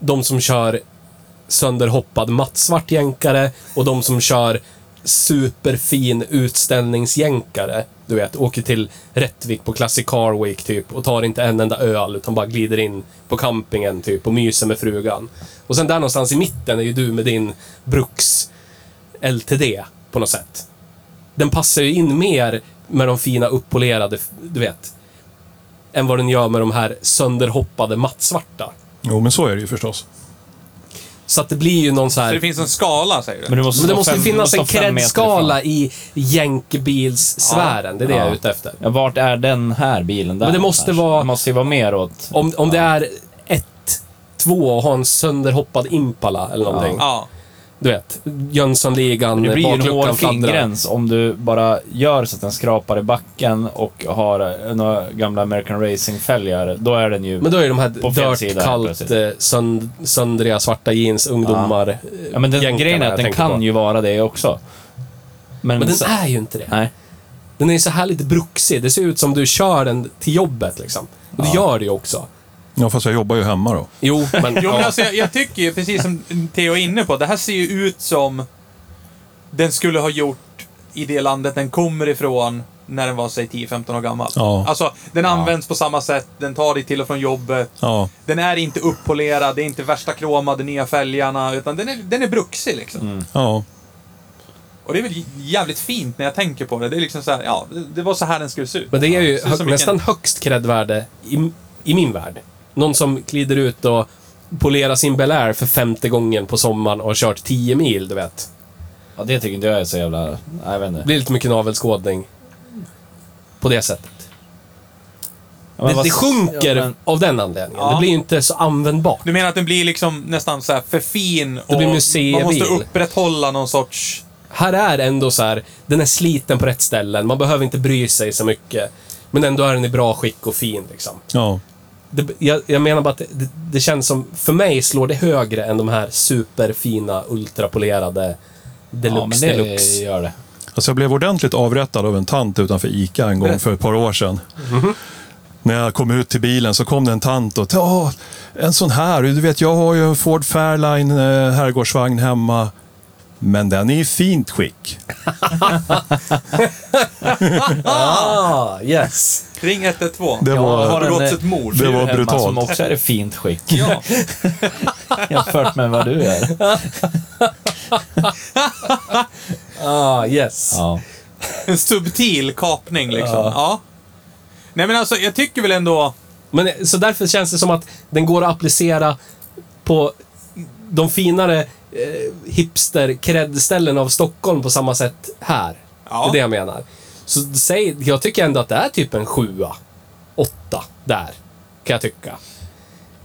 A: de som kör sönderhoppad mattsvart jänkare och de som kör superfin utställningsjänkare. Du vet, åker till Rättvik på Classic Car Week typ och tar inte en enda öl utan bara glider in på campingen typ och myser med frugan. Och sen där någonstans i mitten är ju du med din Bruks LTD på något sätt den passar ju in mer med de fina uppolerade, du vet, än vad den gör med de här sönderhoppade mattsvarta.
B: Jo, men så är det ju förstås.
A: Så att det blir ju någon så här...
C: Så det finns en skala, säger du?
D: Men, du måste
A: Men det måste
D: stå fem- du
A: finnas
D: måste
A: en
D: stå fem meter
A: kredskala i jänkbilssfären. Det är det jag är
D: Ja.
A: ute efter.
D: ifrån. Ja, vart är den här bilen där?
A: Men det måste
D: någonstans?
A: vara-
D: Det måste ju vara mer åt...
A: Om, om det är ett, två och har en sönderhoppad Impala eller någonting.
C: Ja.
A: Du vet, Jönssonligan,
D: Det blir ju en
A: bakluckan
D: hårfin
A: fladdrar.
D: gräns om du bara gör så att den skrapar i backen och har eh, några gamla American Racing-fälgar. Då är den ju...
A: Men då är ju de här
D: På fel sida,
A: dirt kallt,
D: precis.
A: eh, sönd, söndriga svarta jeans, ungdomar. eh,
D: ja, men den,
A: jänkarna
D: grejen är att
A: jag
D: den
A: tänker
D: kan
A: på.
D: ju vara det också. Men,
A: Men
D: så-
A: den är ju inte det.
D: Nej.
A: Den är ju så här lite bruxig. Det ser ut som du kör den till jobbet liksom. Och det gör det ju också.
B: Ja, fast jag jobbar ju hemma då.
A: Jo,
C: Jo,
A: men...
C: men
A: ja.
C: alltså, jag, jag tycker ju, precis som Theo är inne på, det här ser ju ut som den skulle ha gjort i det landet den kommer ifrån när den var, säg 10-15 år gammal.
B: Ja.
C: Alltså, den används på samma sätt, den tar dig till och från jobbet.
B: Ja,
C: Den är inte uppolerad, det är inte värsta kromade nya fälgarna, utan den är, den är bruxig liksom.
A: Mm.
B: ja.
C: Och det är väl jävligt fint när jag tänker på det. Det är liksom så här, ja, det- det var så här den skulle se ut.
A: Men det är ju
C: Ser ut som
A: hö- nästan högst kreddvärde i, i min värld. Någon som glider ut och polerar sin Bel Air för femte gången på sommaren och har kört 10 mil, du vet.
D: Ja, det tycker inte jag är så jävla... Nej, jag vet inte.
A: Det blir lite mycket navelskådning. På det sättet.
D: Ja, men
A: det,
D: vad-
A: det sjunker
D: Ja, men-
A: av den anledningen.
C: Ja.
A: Det blir ju inte så användbart.
C: Du menar att den blir liksom nästan så här för fin och
A: blir museibil.
C: man måste upprätthålla någon sorts...
A: Här är ändå så här, den är sliten på rätt ställen, man behöver inte bry sig så mycket. Men ändå är den i bra skick och fin liksom.
B: ja.
A: Det, jag, jag menar bara att det- det, det känns som, för mig slår det högre än de här superfina, ultrapolerade
D: Ja, men
A: deluxe,
D: det
A: deluxe.
D: gör det.
B: Alltså jag blev ordentligt avrättad av en tant utanför ICA en gång för ett par år sedan.
A: Mm-hmm.
B: När jag kom ut till bilen så kom det en tant och ja, en sån här. Du vet, jag har ju en Ford Fairline eh, herrgårdsvagn hemma. Men den är i fint skick.
A: Ah, yes!
C: Ring 112.
B: Det
D: Jag
B: var...
D: har
C: begåtts
D: en,
C: ett mord.
B: Det
D: Det
B: var
D: var
B: brutalt.
D: brutalt. Som också är i fint skick
C: Ja.
D: jämfört med vad du är.
A: Ah, yes.
D: Ja.
C: En subtil kapning liksom. Ja. Nej men alltså, jag tycker väl ändå...
A: Men, eh, så därför känns det som att den går att applicera på de finare eh, hipster-kreddställen av Stockholm på samma sätt här.
C: Ja.
A: Det är det jag menar. Så säg, jag tycker ändå att det är typ en sjua. Åtta, där. Kan jag tycka.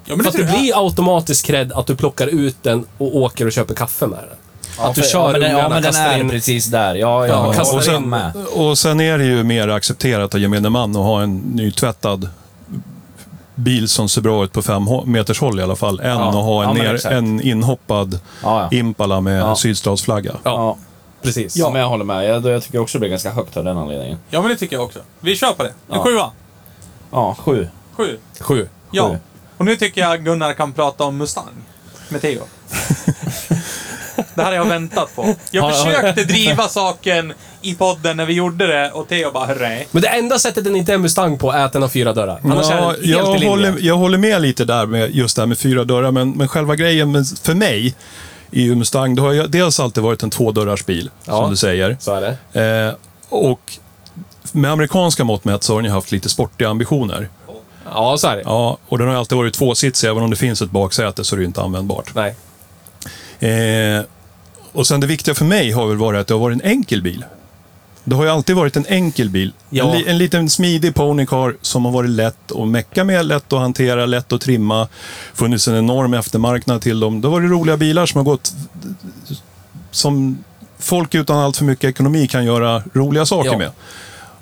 C: Ja, men
A: För att det
C: tror jag.
A: blir automatiskt cred att du plockar ut den och åker och köper kaffe med den. att du
D: för-
A: kör
D: ja, men den, ja,
A: ungarna,
D: men den
A: kastar
D: är
A: in...
D: precis där. Ja,
A: Ja,
D: ja,
A: kastar
D: och sen,
A: in-
D: med.
B: Och Alltså, sen är det ju mer accepterat av gemene man att ha en nytvättad bil som ser bra ut på fem hå- meters håll i alla fall, än
D: Ja.
B: att ha en,
D: Ja, men
B: ner,
D: exakt.
B: en inhoppad
D: Ja, ja.
B: Impala med sydstatsflagga.
D: Ja.
A: Precis.
D: ja, men jag håller med. Jag, jag tycker också det blir ganska högt av den anledningen.
C: ja men det tycker jag också. Vi kör på det. En
D: Ja.
C: sjua.
D: Ja, sju.
C: Sju.
A: Sju.
C: Ja.
D: Sju.
C: Och nu tycker jag Gunnar kan prata om Mustang. Med Theo. det här har jag väntat på. Jag försökte driva saken i podden när vi gjorde det och Theo bara hörru.
A: Men det enda sättet den inte är Mustang på är att den har fyra dörrar. Annars är den
B: Ja,
A: helt
B: jag,
A: i linje.
B: håller, jag håller med lite där med just det här med fyra dörrar, men, men själva grejen med, för mig i ju Mustang, det har jag dels alltid varit en tvådörrars bil,
A: Ja.
B: som du säger.
A: Så är det.
B: Eh, och med amerikanska mått mätt så har den ju haft lite sportiga ambitioner.
A: Ja, så är det.
B: Ja, och den har ju alltid varit tvåsitsig, även om det finns ett baksäte så är det ju inte användbart.
A: Nej.
B: Eh, och sen det viktiga för mig har väl varit att det har varit en enkel bil. Det har ju alltid varit en enkel bil.
A: Ja.
B: En, li, en liten smidig ponycar som har varit lätt att mecka med, lätt att hantera, lätt att trimma. Funnits en enorm eftermarknad till dem. Det har varit roliga bilar som har gått... Som folk utan allt för mycket ekonomi kan göra roliga saker
A: Ja.
B: med.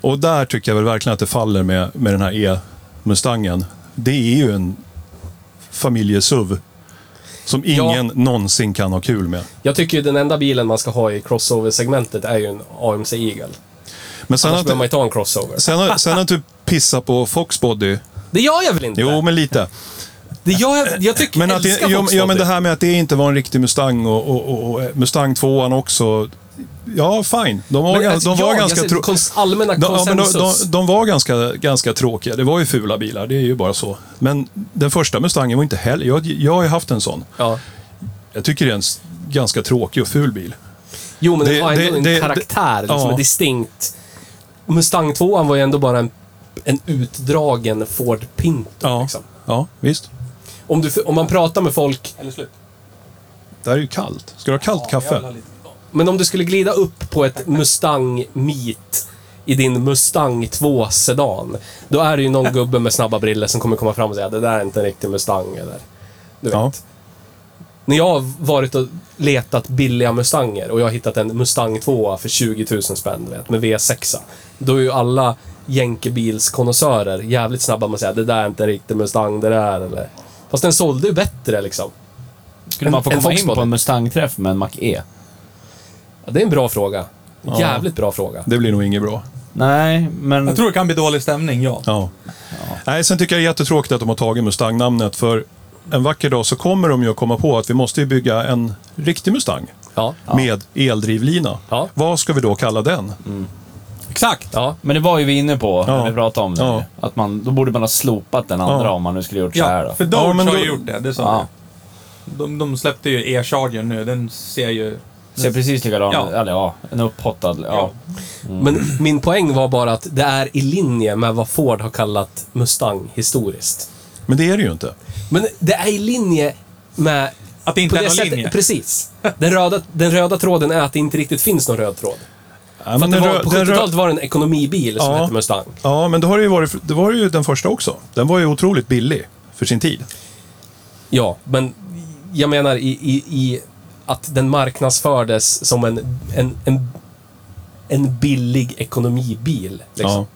B: Och där tycker jag väl verkligen att det faller med, med den här E-Mustangen. Det är ju en familjesuv som
A: Ja.
B: ingen någonsin kan ha kul med.
A: Jag tycker ju den enda bilen man ska ha i crossover-segmentet är ju en AMC Eagle.
B: Men sen
A: Annars
B: att,
A: behöver man ju ta en crossover.
B: sen, har- sen att du pissar på Foxbody.
A: Det gör jag väl inte?
B: Jo, men lite.
A: Det gör jag, jag tycker,
B: Men,
A: jag
B: att det,
A: älskar typ.
B: jo,
A: Fox
B: ja, men
A: Body.
B: det här med att det inte var en riktig Mustang och, och, och, och Mustang 2 också. Ja, fine. De var,
A: Men
B: gans,
A: alltså,
B: de var
A: jag- jag
B: ganska
A: ser
B: trå-
A: kons- allmänna
B: de, ja, men de, de,
A: konsensus.
B: de var ganska, ganska tråkiga. Det var ju fula bilar, det är ju bara så. Men den första Mustangen var inte heller... Jag, jag har ju haft en sån.
A: Ja.
B: Jag tycker det är en s- ganska tråkig och ful bil.
A: Jo, men
B: Det-
A: den har ändå
B: det-
A: en
B: det-
A: karaktär
B: det-
A: som
B: ja.
A: är distinkt. Mustang 2 var ju ändå bara en en utdragen Ford Pinto.
B: Ja.
A: Liksom.
B: Ja, visst.
A: Om, du, om man pratar med folk,
C: Eller slut.
B: Det här är ju kallt. Ska du ha kallt kaffe?
A: men om du skulle glida upp på ett Mustang Meet i din Mustang 2 Sedan. Då är det ju någon gubbe med snabba briller som kommer komma fram och säga det där är inte en riktig Mustang. Eller, du vet.
B: Ja.
A: När jag har varit och letat billiga Mustanger och jag har hittat en Mustang 2 för 20 000 spänn, du vet, med V6. Då är ju alla jänkebilskonnässörer jävligt snabba med att säga det där är inte en riktig Mustang, det där eller... Fast den sålde ju bättre liksom.
D: Skulle man få
A: En- en
D: komma in
A: Volkswagen.
D: på en Mustang-träff med en Mac E?
A: Ja, det är en bra fråga. Jävligt bra fråga.
B: Det blir nog inget bra.
D: Nej, men...
C: Jag tror det kan bli dålig stämning, ja.
B: Ja. Nej, sen tycker jag det är jättetråkigt att de har tagit Mustang-namnet för en vacker dag så kommer de ju att komma på att vi måste ju bygga en riktig Mustang
A: Ja.
B: med eldrivlina.
A: Ja.
B: Vad ska vi då kalla den?
C: Exakt!
A: Ja.
D: Men det var ju vi inne på
B: Ja.
D: när vi pratade om det.
B: Ja.
D: Att man, då borde man ha slopat den andra
B: Ja.
D: om man nu skulle gjort så här
C: Ja,
D: då.
C: för Dodge
B: Ja, men
C: har
B: då-
C: ju gjort det, det sa
D: Ja.
C: jag. de, de släppte ju E-chargern nu, den ser ju...
D: Ser precis likadan
C: Ja.
D: ut. Eller ja, en upphottad. Ja.
A: Mm. Men min poäng var bara att det är i linje med vad Ford har kallat Mustang historiskt.
B: Men det är det ju inte.
A: Men det är i linje med...
C: Att det inte är
A: på
C: någon
A: sättet-
C: linje.
A: Precis. Den röda, den röda tråden är att det inte riktigt finns någon röd tråd.
B: Ja,
A: För
B: men
A: att det
B: den
A: var,
B: rö-
A: på
B: den rö-
A: 70-talet var det en ekonomibil som
B: Ja.
A: hette Mustang.
B: Ja, men det, har det, ju varit, det var ju den första också. Den var ju otroligt billig för sin tid.
A: Ja, men jag menar i, i, i att den marknadsfördes som en, en, en, en billig ekonomibil. Liksom.
B: Ja.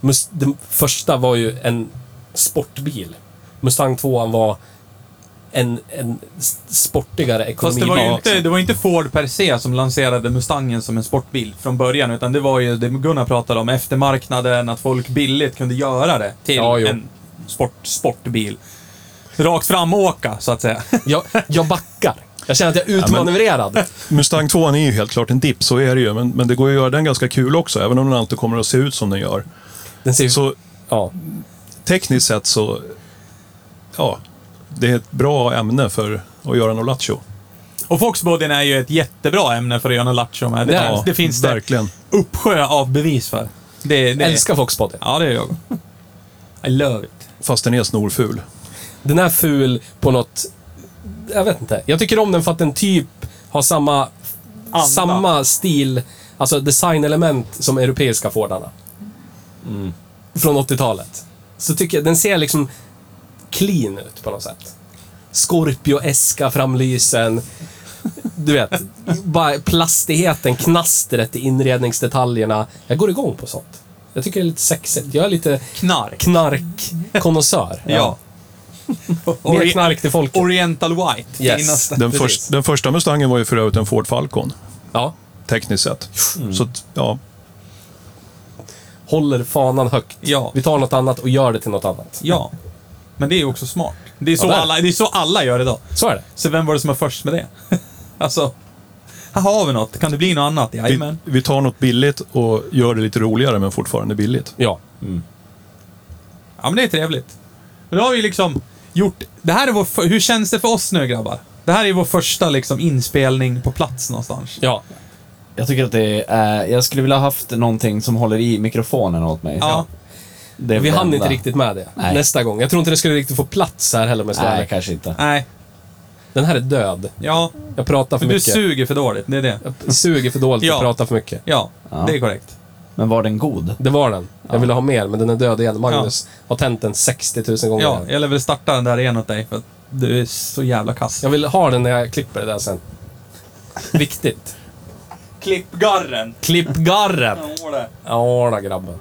A: Mus- den första var ju en sportbil. Mustang 2 var en, en s- sportigare
C: Fast det
A: ekonomibil.
C: var ju inte,
A: liksom.
C: det var inte Ford per se som lanserade Mustangen som en sportbil från början, utan det var ju det Gunnar pratade om, eftermarknaden, att folk billigt kunde göra det till
A: Ja, jo.
C: en sport, sportbil. Rakt fram åka, så att säga.
A: jag, jag backar. Jag känner att jag är utmanövrerad.
B: Mustang 2 är ju helt klart en dipp, så är det ju. Men, men det går ju att göra den ganska kul också, även om den alltid kommer att se ut som den gör.
A: Den ser ju...
B: Så
A: Ja.
B: tekniskt sett så, ja, det är ett bra ämne för att göra en Olacho.
C: Och Volkswagen är ju ett jättebra ämne för att göra något lattjo med. Det,
A: Ja,
C: det finns det
B: Verkligen.
C: uppsjö av bevis för. Det, det,
A: Älskar Foxpodden.
C: Ja, det gör jag. I love it.
B: Fast den är snorful.
A: Den är ful på något... Jag vet inte. Jag tycker om den för att den typ har samma,
C: Anda.
A: samma stil, alltså designelement som europeiska Fordarna. Från 80-talet. Så tycker jag, den ser liksom clean ut på något sätt. Scorpio-eska framlysen. Du vet, bara plastigheten, knastret i inredningsdetaljerna. Jag går igång på sånt. Jag tycker det är lite sexigt. Jag är lite
C: Knark.
A: knarkkonnässör.
C: Ja.
A: Mer
C: Ori-
A: knark till folket.
C: Oriental White.
A: Yes.
C: Finaste.
B: Den,
A: Precis.
B: först, den första Mustangen var ju för övrigt en Ford Falcon,
A: Ja.
B: tekniskt sett. Så att, ja,
A: Håller fanan högt.
C: Ja.
A: Vi tar något annat och gör det till något annat.
C: Ja. Men det är ju också smart. Det är, så
A: Ja, det är det.
C: alla, det är så alla gör idag.
A: Så är det.
C: Så vem var det som var först med det? alltså, här har vi något. Kan det bli något annat?
B: vi,
C: Jajamän.
B: vi tar något billigt och gör det lite roligare men fortfarande billigt.
A: Ja.
C: Ja, men det är trevligt. Men då har vi liksom gjort... Det här är vår... för- Hur känns det för oss nu, grabbar? Det här är vår första liksom inspelning på plats någonstans.
A: Ja.
D: Jag tycker att det är... Jag skulle vilja ha haft någonting som håller i mikrofonen åt mig.
C: Ja.
D: Det är
A: Vi
D: det
A: hann
D: enda.
A: inte riktigt med det
D: Nej.
A: nästa gång. Jag tror inte det skulle riktigt få plats här heller med
D: Nej,
A: Sverige.
D: kanske inte.
C: Nej.
A: Den här är död.
C: Ja.
A: Jag pratar för
C: Du
A: mycket.
C: suger för dåligt. Det är det.
A: Jag suger för dåligt
C: Ja.
A: och pratar för mycket.
C: Ja,
D: Ja.
C: det är korrekt.
D: Men var den god?
A: Det var den. Jag ville ha mer, men den är död igen. Magnus har tänt den 60 000 gånger.
C: Ja, jag lär väl starta den där igen åt dig, för att du är så jävla kass.
A: Jag vill ha den när jag klipper det där sen. Viktigt.
C: Klipp garren!
A: Klipp garret! Ja, då, grabben.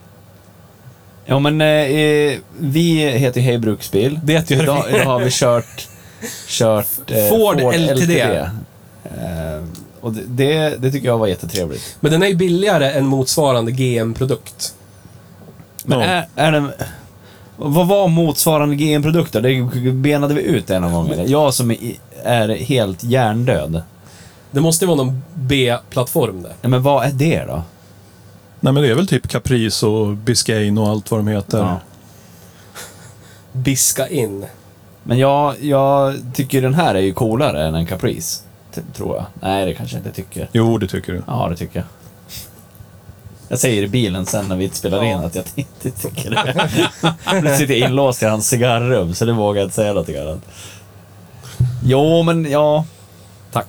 D: Ja, men eh, eh, vi heter ju Hej Bruksbil.
A: Det gör
D: idag, idag har vi kört, kört eh,
A: Ford LTD.
D: Eh, och det, det, det tycker jag var jättetrevligt.
A: Men den är ju billigare än motsvarande GM-produkt.
D: Men
B: Ja.
D: är, är den, vad var motsvarande GM-produkter? Det benade vi ut det någon gång. Eller? Jag som i- är helt hjärndöd.
A: Det måste ju vara någon B-plattform det.
D: Ja, men vad är det då?
B: Nej men det är väl typ Caprice och Biscayne och allt vad de heter.
D: Ja.
A: Biska in.
D: Men jag, jag tycker den här är ju coolare än en Caprice. t- Tror jag. Nej, det kanske jag inte tycker.
B: Jo, det tycker du.
D: Ja, det tycker jag. Jag säger i bilen sen när vi spelar in att jag inte tycker det. Nu sitter jag inlåst i hans cigarrum så det vågar jag inte säga någonting annat. Jo, men ja. Tack.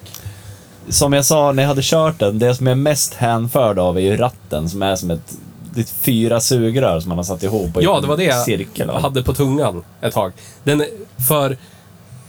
D: Som jag sa när jag hade kört den, det som jag är mest hänförd av är ju ratten som är som ett det är fyra sugrör som man har satt ihop och
A: Ja,
D: gjort
A: det var det
D: en
A: jag
D: cirkel av.
A: hade på tungan ett tag. Den, för,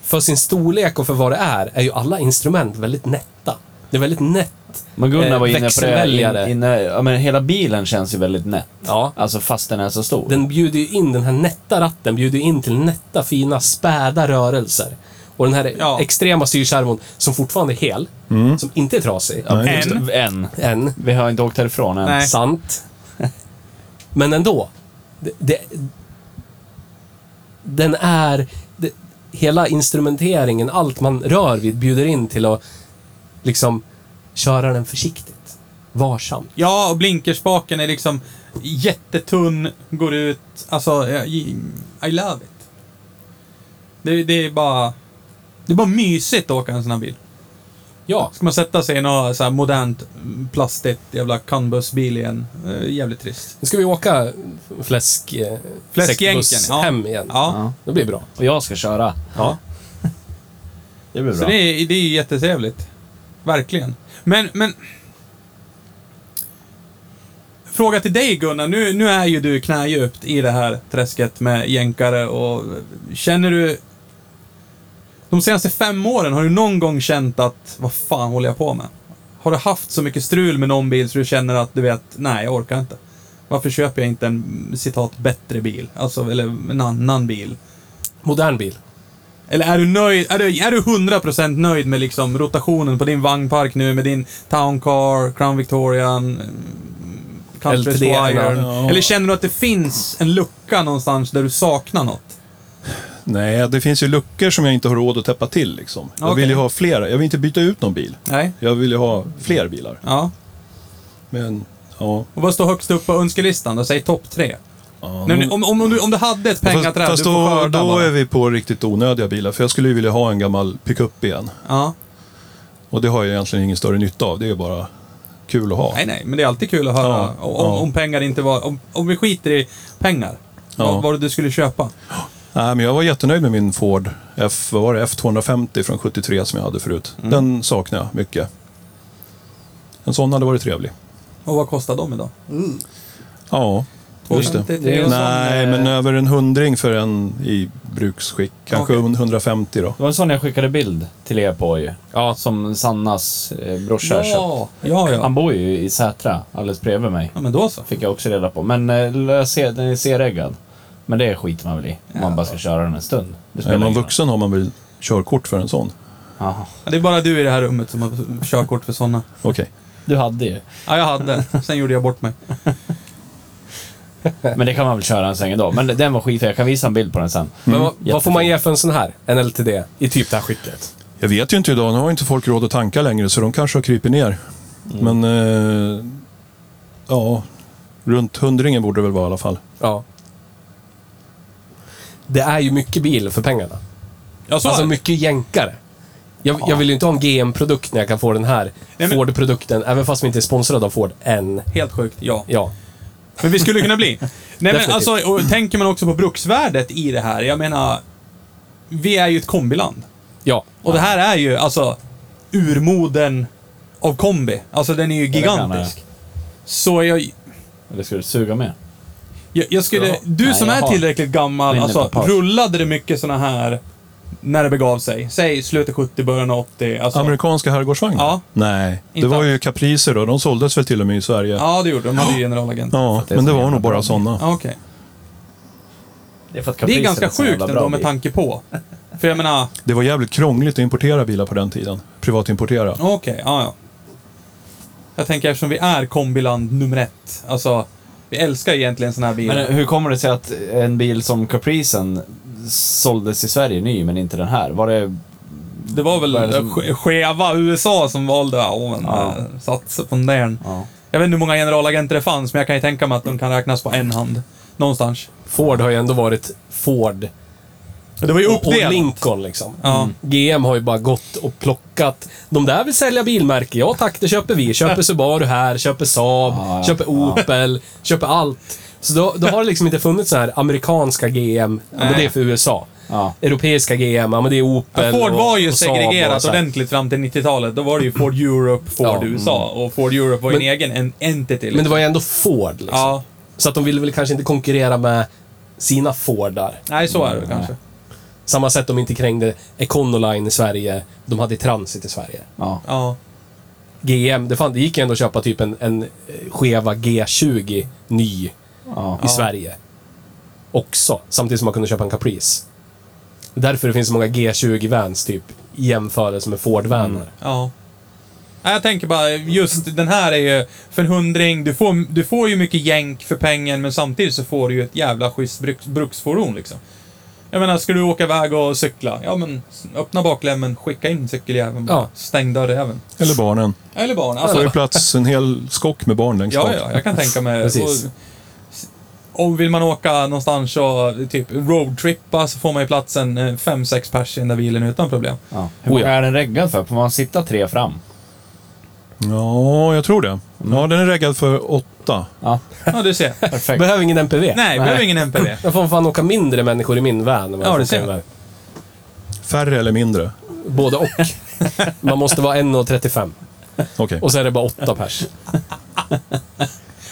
A: för sin storlek och för vad det är, är ju alla instrument väldigt nätta. Det är väldigt nätt.
D: Men Gunnar var
A: eh,
D: inne på det.
A: växelväljare.
D: In, inne, ja, men hela bilen känns ju väldigt nätt.
A: Ja.
D: Alltså fast den är så stor.
A: Den bjuder ju in, den här nätta ratten bjuder ju in till nätta, fina, späda rörelser. Och den här
C: Ja.
A: extrema styrskärmon som fortfarande är hel,
D: Mm.
A: som inte är trasig
B: Nej, just det.
C: En.
D: En.
A: än,
D: Vi har inte åkt härifrån än.
C: Nej.
A: sant. Men ändå. Det, det, den är... Det, hela instrumenteringen, allt man rör vid bjuder in till att liksom köra den försiktigt. Varsamt.
C: Ja, och blinkerspaken är liksom jättetunn, går ut. Alltså, jag- I love it. Det, det är bara... Det är bara mysigt att åka en sån här bil.
A: Ja.
C: Ska man sätta sig i något så här modernt, mm, plastigt jävla canbusbil igen? Eh, Jävligt trist.
A: Nu ska vi åka fläsk... eh,
C: Fläskjänken,
A: säckbuss
C: ja.
A: hem igen.
C: Ja.
A: Det blir bra.
D: Och jag ska köra.
C: ja.
D: Det blir
C: Så
D: bra.
C: det är, det är jättetrevligt. Verkligen. Men, men... Fråga till dig Gunnar, nu, nu är ju du knädjupt i det här träsket med jänkare och känner du... De senaste fem åren, har du någon gång känt att, vad fan håller jag på med? Har du haft så mycket strul med någon bil så du känner att du vet, nej jag orkar inte. Varför köper jag inte en, citat, bättre bil? Alltså, eller en annan bil.
A: Modern bil.
C: Eller är du nöjd, är du, är du 100% nöjd med liksom rotationen på din vagnpark nu med din Town Car, Crown Victorian, mm, Country
A: LTD,
C: Squire?
B: ja.
C: Eller känner du att det finns en lucka någonstans där du saknar något?
B: Nej, det finns ju luckor som jag inte har råd att täppa till. Liksom. Jag
C: Okej.
B: vill ju ha flera. Jag vill inte byta ut någon bil.
C: Nej?
B: Jag vill ju ha fler bilar.
C: Ja.
B: Men, ja.
C: Och vad står högst upp på önskelistan då? Säg topp tre.
B: ja.
C: Nu, om, om, om, du, om du hade ett
B: Fast,
C: pengaträd,
B: fast
C: du får
B: då,
C: skörda
B: då
C: bara.
B: är vi på riktigt onödiga bilar. För jag skulle ju vilja ha en gammal pickup igen.
C: Ja.
B: Och det har jag egentligen ingen större nytta av. Det är ju bara kul att ha.
C: Nej, nej, men det är alltid kul att höra
B: Ja,
C: om, om-
B: ja.
C: om pengar inte var... Om, om vi skiter i pengar.
B: Ja.
C: Vad, vad du skulle köpa.
B: Nej, men jag var jättenöjd med min Ford F, vad var det, F250 från 73 som jag hade förut.
C: Mm.
B: Den saknar jag mycket. En sån hade varit trevlig.
C: Och vad kostar de idag?
B: Ja, just det.
C: 250, det är en sån,
B: Nej,
D: eh,
B: men över en hundring för en i bruksskick. Kanske
C: Okej.
B: 150 då.
D: Det var en sån jag skickade bild till er på ju. Ja. Som Sannas eh, brorsa har köpt.
C: Ja, ja.
D: Han bor ju i Sätra, alldeles bredvid mig.
C: Ja, men då så.
D: Fick jag också reda på. Men eh, lös- den är C-reggad. Men det skiter man väl i. Om man bara ska köra den en stund. Det
B: Är man
D: ingen roll.
B: vuxen har man väl körkort för en sån?
D: Jaha.
C: Ja, Det är bara du i det här rummet som har körkort för sådana.
B: Okej.
D: Du hade ju.
C: Ja, jag hade. Sen gjorde jag bort mig.
D: Men det kan man väl köra en sväng ändå. Men den var skitfin. Jag kan visa en bild på den sen.
A: Men vad, vad får man ge för en sån här? En LTD i typ det här skicket.
B: Jag vet ju inte idag. Nu har inte folk råd att tanka längre så de kanske har krypit ner.
C: Mm.
B: Men, eh, ja. Runt hundringen borde det väl vara i alla fall.
A: Ja. Det är ju mycket bil för pengarna.
C: Jag
A: alltså mycket jänkare. Jag, jag vill ju inte ha en GM-produkt när jag kan få den här
C: men-
A: Ford-produkten, även fast vi inte är sponsrade av Ford än.
C: Helt sjukt, ja.
A: Ja.
C: Men vi skulle kunna bli. Nej, men
A: Definitivt.
C: alltså, och tänker man också på bruksvärdet i det här. Jag menar, vi är ju ett kombiland.
A: Ja.
C: Och det här är ju alltså urmoden av kombi. Alltså den är ju
D: det kan
C: gigantisk. Så jag,
D: Eller ska du suga med?
C: jag, jag skulle, du
D: Nej,
C: som
D: jag
C: är
D: har-
C: tillräckligt gammal,
D: Minnet
C: alltså
D: på paus.
C: rullade det mycket såna här när det begav sig? Säg slutet 70, början av 80. Alltså,
B: Amerikanska herrgårdsvagnar?
C: Ja.
B: Nej, det
C: Inte
B: var
C: alls.
B: ju Capricer då. De såldes väl till och med i Sverige?
C: Ja, det gjorde de. De hade ju generalagent.
B: Ja,
D: det är
B: men det
D: så
B: var
D: jävla
B: nog bara sådana.
C: Ja, okej.
D: Det är, för att
C: Det
D: Caprice
C: är ganska
D: en så jävla
C: sjukt
D: bra
C: ändå med
D: bil.
C: tanke på. För jag menar,
B: Det var jävligt krångligt att importera bilar på den tiden. Privatimportera.
C: okej, ja, ja. Jag tänker eftersom vi är kombiland nummer ett. Alltså, vi älskar egentligen såna här bilar.
D: Men eh, hur kommer det sig att en bil som Capricen såldes i Sverige ny, men inte den här? Var det...
C: det var väl
D: vad är det som-
C: ske- skeva USA som valde att oh,
D: Ja.
C: satsa på den där.
D: Ja.
C: Jag vet inte hur många generalagenter det fanns, men jag kan ju tänka mig att de kan räknas på en hand. Någonstans.
A: Ford har ju ändå varit Ford
C: Det var ju
A: Och, och
C: uppdelat.
A: Lincoln liksom.
C: Ja.
A: GM har ju bara gått och plockat. De där vill sälja bilmärke. Ja tack, det köper vi. Köper Subaru här, köper Saab, köper Opel, köper allt. Så då, då har det liksom inte funnits så här amerikanska GM. Ja, men det är för USA.
D: Ja.
A: Europeiska GM, ja men det är Opel
C: Ja, Ford var ju
A: och, och Saab och
C: segregerat
A: så här.
C: ordentligt fram till 90-talet. Då var det ju Ford Europe, Ford
A: Ja.
C: USA och Ford Europe var ju
A: Men-
C: en egen en entity. Liksom.
A: Men det var ju ändå Ford liksom.
C: Ja,
A: Så att de ville väl kanske inte konkurrera med sina Fordar.
C: nej så är det kanske.
A: Samma sätt de inte krängde Econoline i Sverige. De hade Transit i Sverige.
C: Ja.
A: GM, det, fan, det gick ju ändå att köpa typ en, en eh, Cheva G20 ny i Sverige. Också. Samtidigt som man kunde köpa en Caprice. Därför det finns så många G20-vans typ i jämförelse med Ford-vaner.
C: Ja. Nej, Jag tänker bara, just den här är ju för en hundring, du får, du får ju mycket jänk för pengen men samtidigt så får du ju ett jävla schysst bruks, bruksfordon liksom. Jag menar, ska du åka iväg och cykla? Ja men, öppna baklämmen, skicka in cykeljäveln bara.
A: Ja.
C: Stäng dörrjäveln.
B: Eller barnen.
C: Eller barn.
B: Det
C: Alltså,
B: får ju plats en hel skock med barn längst
C: Ja,
B: bak.
C: ja, jag kan tänka mig.
A: Precis.
C: Och, och vill man åka någonstans och typ roadtrippa så får man ju platsen eh, fem sex pers i den där bilen utan problem.
D: Ja. Hur många är den reggad för? Får man sitta tre fram?
B: Ja, jag tror det. Ja,
C: Mm.
B: den är reggad för åtta.
C: Ja, du ser.
D: Perfekt.
A: Behöver ingen MPV.
C: Nej, vi behöver ingen MPV.
A: Jag får fan åka mindre människor i min van. än vad
C: Ja,
A: jag
C: det
A: får
C: ser
A: åka
C: jag.
B: Färre eller mindre.
A: med- Både och. Man måste vara 1,35.
B: Okej.
A: Och så är det bara 8 pers.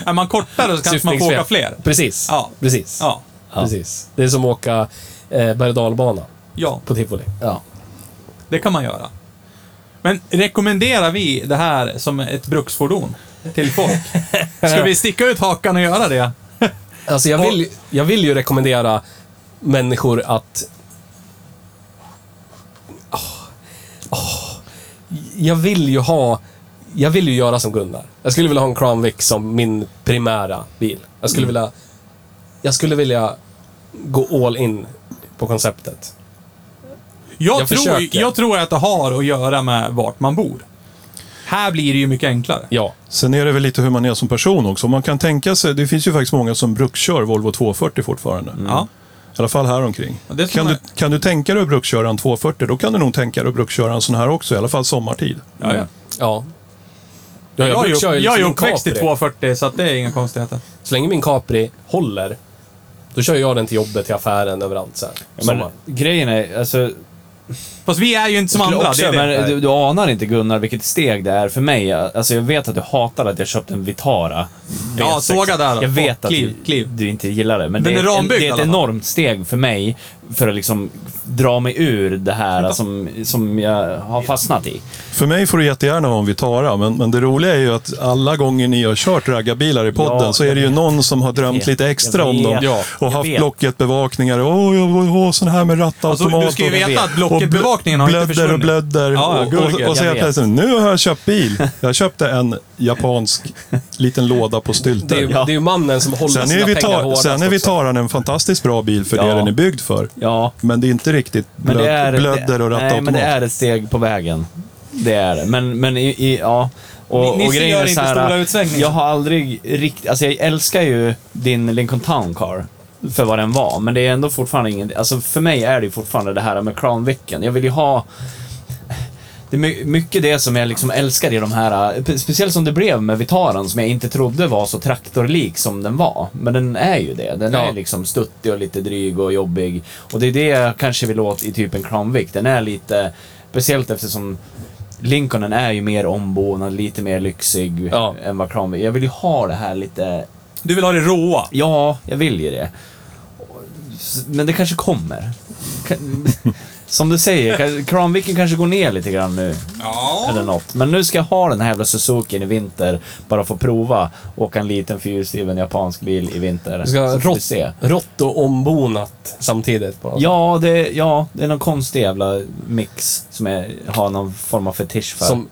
C: Är man kortare så kanske man får åka fler.
A: Precis.
C: Ja.
A: Precis.
C: Ja.
A: Precis. Det är som att åka eh, berg och dalbana
C: Ja,
A: på tivoli.
D: Ja.
C: det kan man göra. Men rekommenderar vi det här som ett bruksfordon till folk? Ska vi sticka ut hakan och göra det?
A: Alltså jag vill, jag vill ju rekommendera människor att... Åh, åh, jag vill ju ha... Jag vill ju göra som Gunnar. Jag skulle vilja ha en Crown Vic som min primära bil. Jag
C: Mm.
A: skulle vilja... Jag skulle vilja gå all in på konceptet.
C: Jag,
A: Jag
C: tror,
A: försöker.
C: jag tror att det har att göra med vart man bor. Här blir det ju mycket enklare.
A: Ja.
B: Sen är det väl lite hur man är som person också. Man kan tänka sig, det finns ju faktiskt många som brukskör Volvo 240 fortfarande.
C: Ja.
B: I alla fall här omkring.
C: Mm. Ja, det är som
B: Kan,
C: är-
B: du, kan du tänka dig att bruksköra en 240, då kan du nog tänka dig att bruksköra en sån här också, i alla fall sommartid.
C: Ja, ja.
A: Ja. ja
C: Jag, är ju-
A: kör ju
C: jag är ju
A: liksom en
C: uppväxt i
A: Capri.
C: 240 så att det är inga konstigheter.
A: Så länge min Capri håller, då kör jag den till jobbet, till affären, överallt sen.
D: Men
A: Sommar.
D: grejen är, alltså,
C: Fast vi är ju inte som
D: skulle
C: andra.
D: också,
C: det är det.
D: men eh, du, du anar inte Gunnar vilket steg det är för mig. Alltså jag vet att du hatar att jag köpte en Vitara.
C: Ja,
D: V6.
C: såga där då.
D: Jag vet att
C: Kliv,
D: du,
C: kliv.
D: du inte gillar det. Men
C: Den
D: det
C: är
D: är, en,
C: rambyggd
D: det
C: i
D: är
C: alla
D: ett
C: fall.
D: enormt steg för mig för att liksom dra mig ur det här som, som jag har fastnat i.
B: För mig får du jättegärna ha en Vitara, men, men det roliga är ju att alla gånger ni har kört raggarbilar i podden
D: Ja,
B: så är det ju någon som har drömt
D: vet.
B: lite extra
D: Jag
B: om dem
D: vet. Ja,
B: och
D: jag
B: haft
D: vet.
B: blocket bevakningar. Åh, oh, sån här med rattautomat.
C: Alltså, du ska ju
B: och-
C: veta att
B: och
C: Blocket
B: bl-
C: bevakningen har inte
B: Blödder och
C: försvunnit.
B: blödder.
C: Ja, ja,
B: och, och,
C: gurgel.
B: och så
D: Jag
B: helt
D: vet.
B: plötsligt, nu har jag köpt bil. Jag köpte en japansk liten låda på
A: Det är, ju-
B: stylter.
A: det är ju mannen som håller
B: Sen
A: sina
B: är,
A: pengar
B: Vitar,
A: hårdast
B: sen är
A: också.
B: Vitaran en fantastiskt bra bil för det
D: Ja.
B: den är byggd för.
D: Ja,
B: Men det är inte riktigt
D: men
B: blöd,
D: det är...
B: blödder och
D: det,
B: rattautomat.
D: Nej, men det är ett steg på vägen. Det är det. Men, men i, i, ja. Och,
C: Ni- ni
D: och grejen
C: gör
D: är
C: inte
D: så här,
C: stora utsvängningar.
D: Jag har aldrig riktigt... Alltså jag älskar ju din Lincoln Town Car för vad den var, men det är ändå fortfarande ingen... Alltså för mig är det ju fortfarande det här med Crown Vicken. Jag vill ju ha... Det är my- mycket det som jag liksom älskar i de här, eh, speciellt som det blev med Vitaren som jag inte trodde var så traktorlik som den var. Men den är ju det. Den
A: Ja.
D: är liksom stuttig och lite dryg och jobbig. Och det är det jag kanske vill åt i typ en Crown Vic. Den är lite, speciellt eftersom Lincolnen är ju mer ombonad, lite mer lyxig
A: Ja.
D: än vad Crown Vic. Jag vill ju ha det här lite,
C: Du vill ha det råa.
D: ja, jag vill ju det. S- Men det kanske kommer. Ka- Som du säger, ka- Crown Vicen kanske går ner lite grann nu. Eller något. Men nu ska jag ha den här jävla Suzuki i vinter, bara få prova. Åka en liten fyrhjulsdriven japansk bil i vinter.
A: Du ska
D: Så får vi
A: rått,
D: se.
A: rått och ombonat samtidigt. På något
D: Ja det, ja, det är någon konstig jävla mix som jag har någon form av fetisch för.
A: sätt. Som,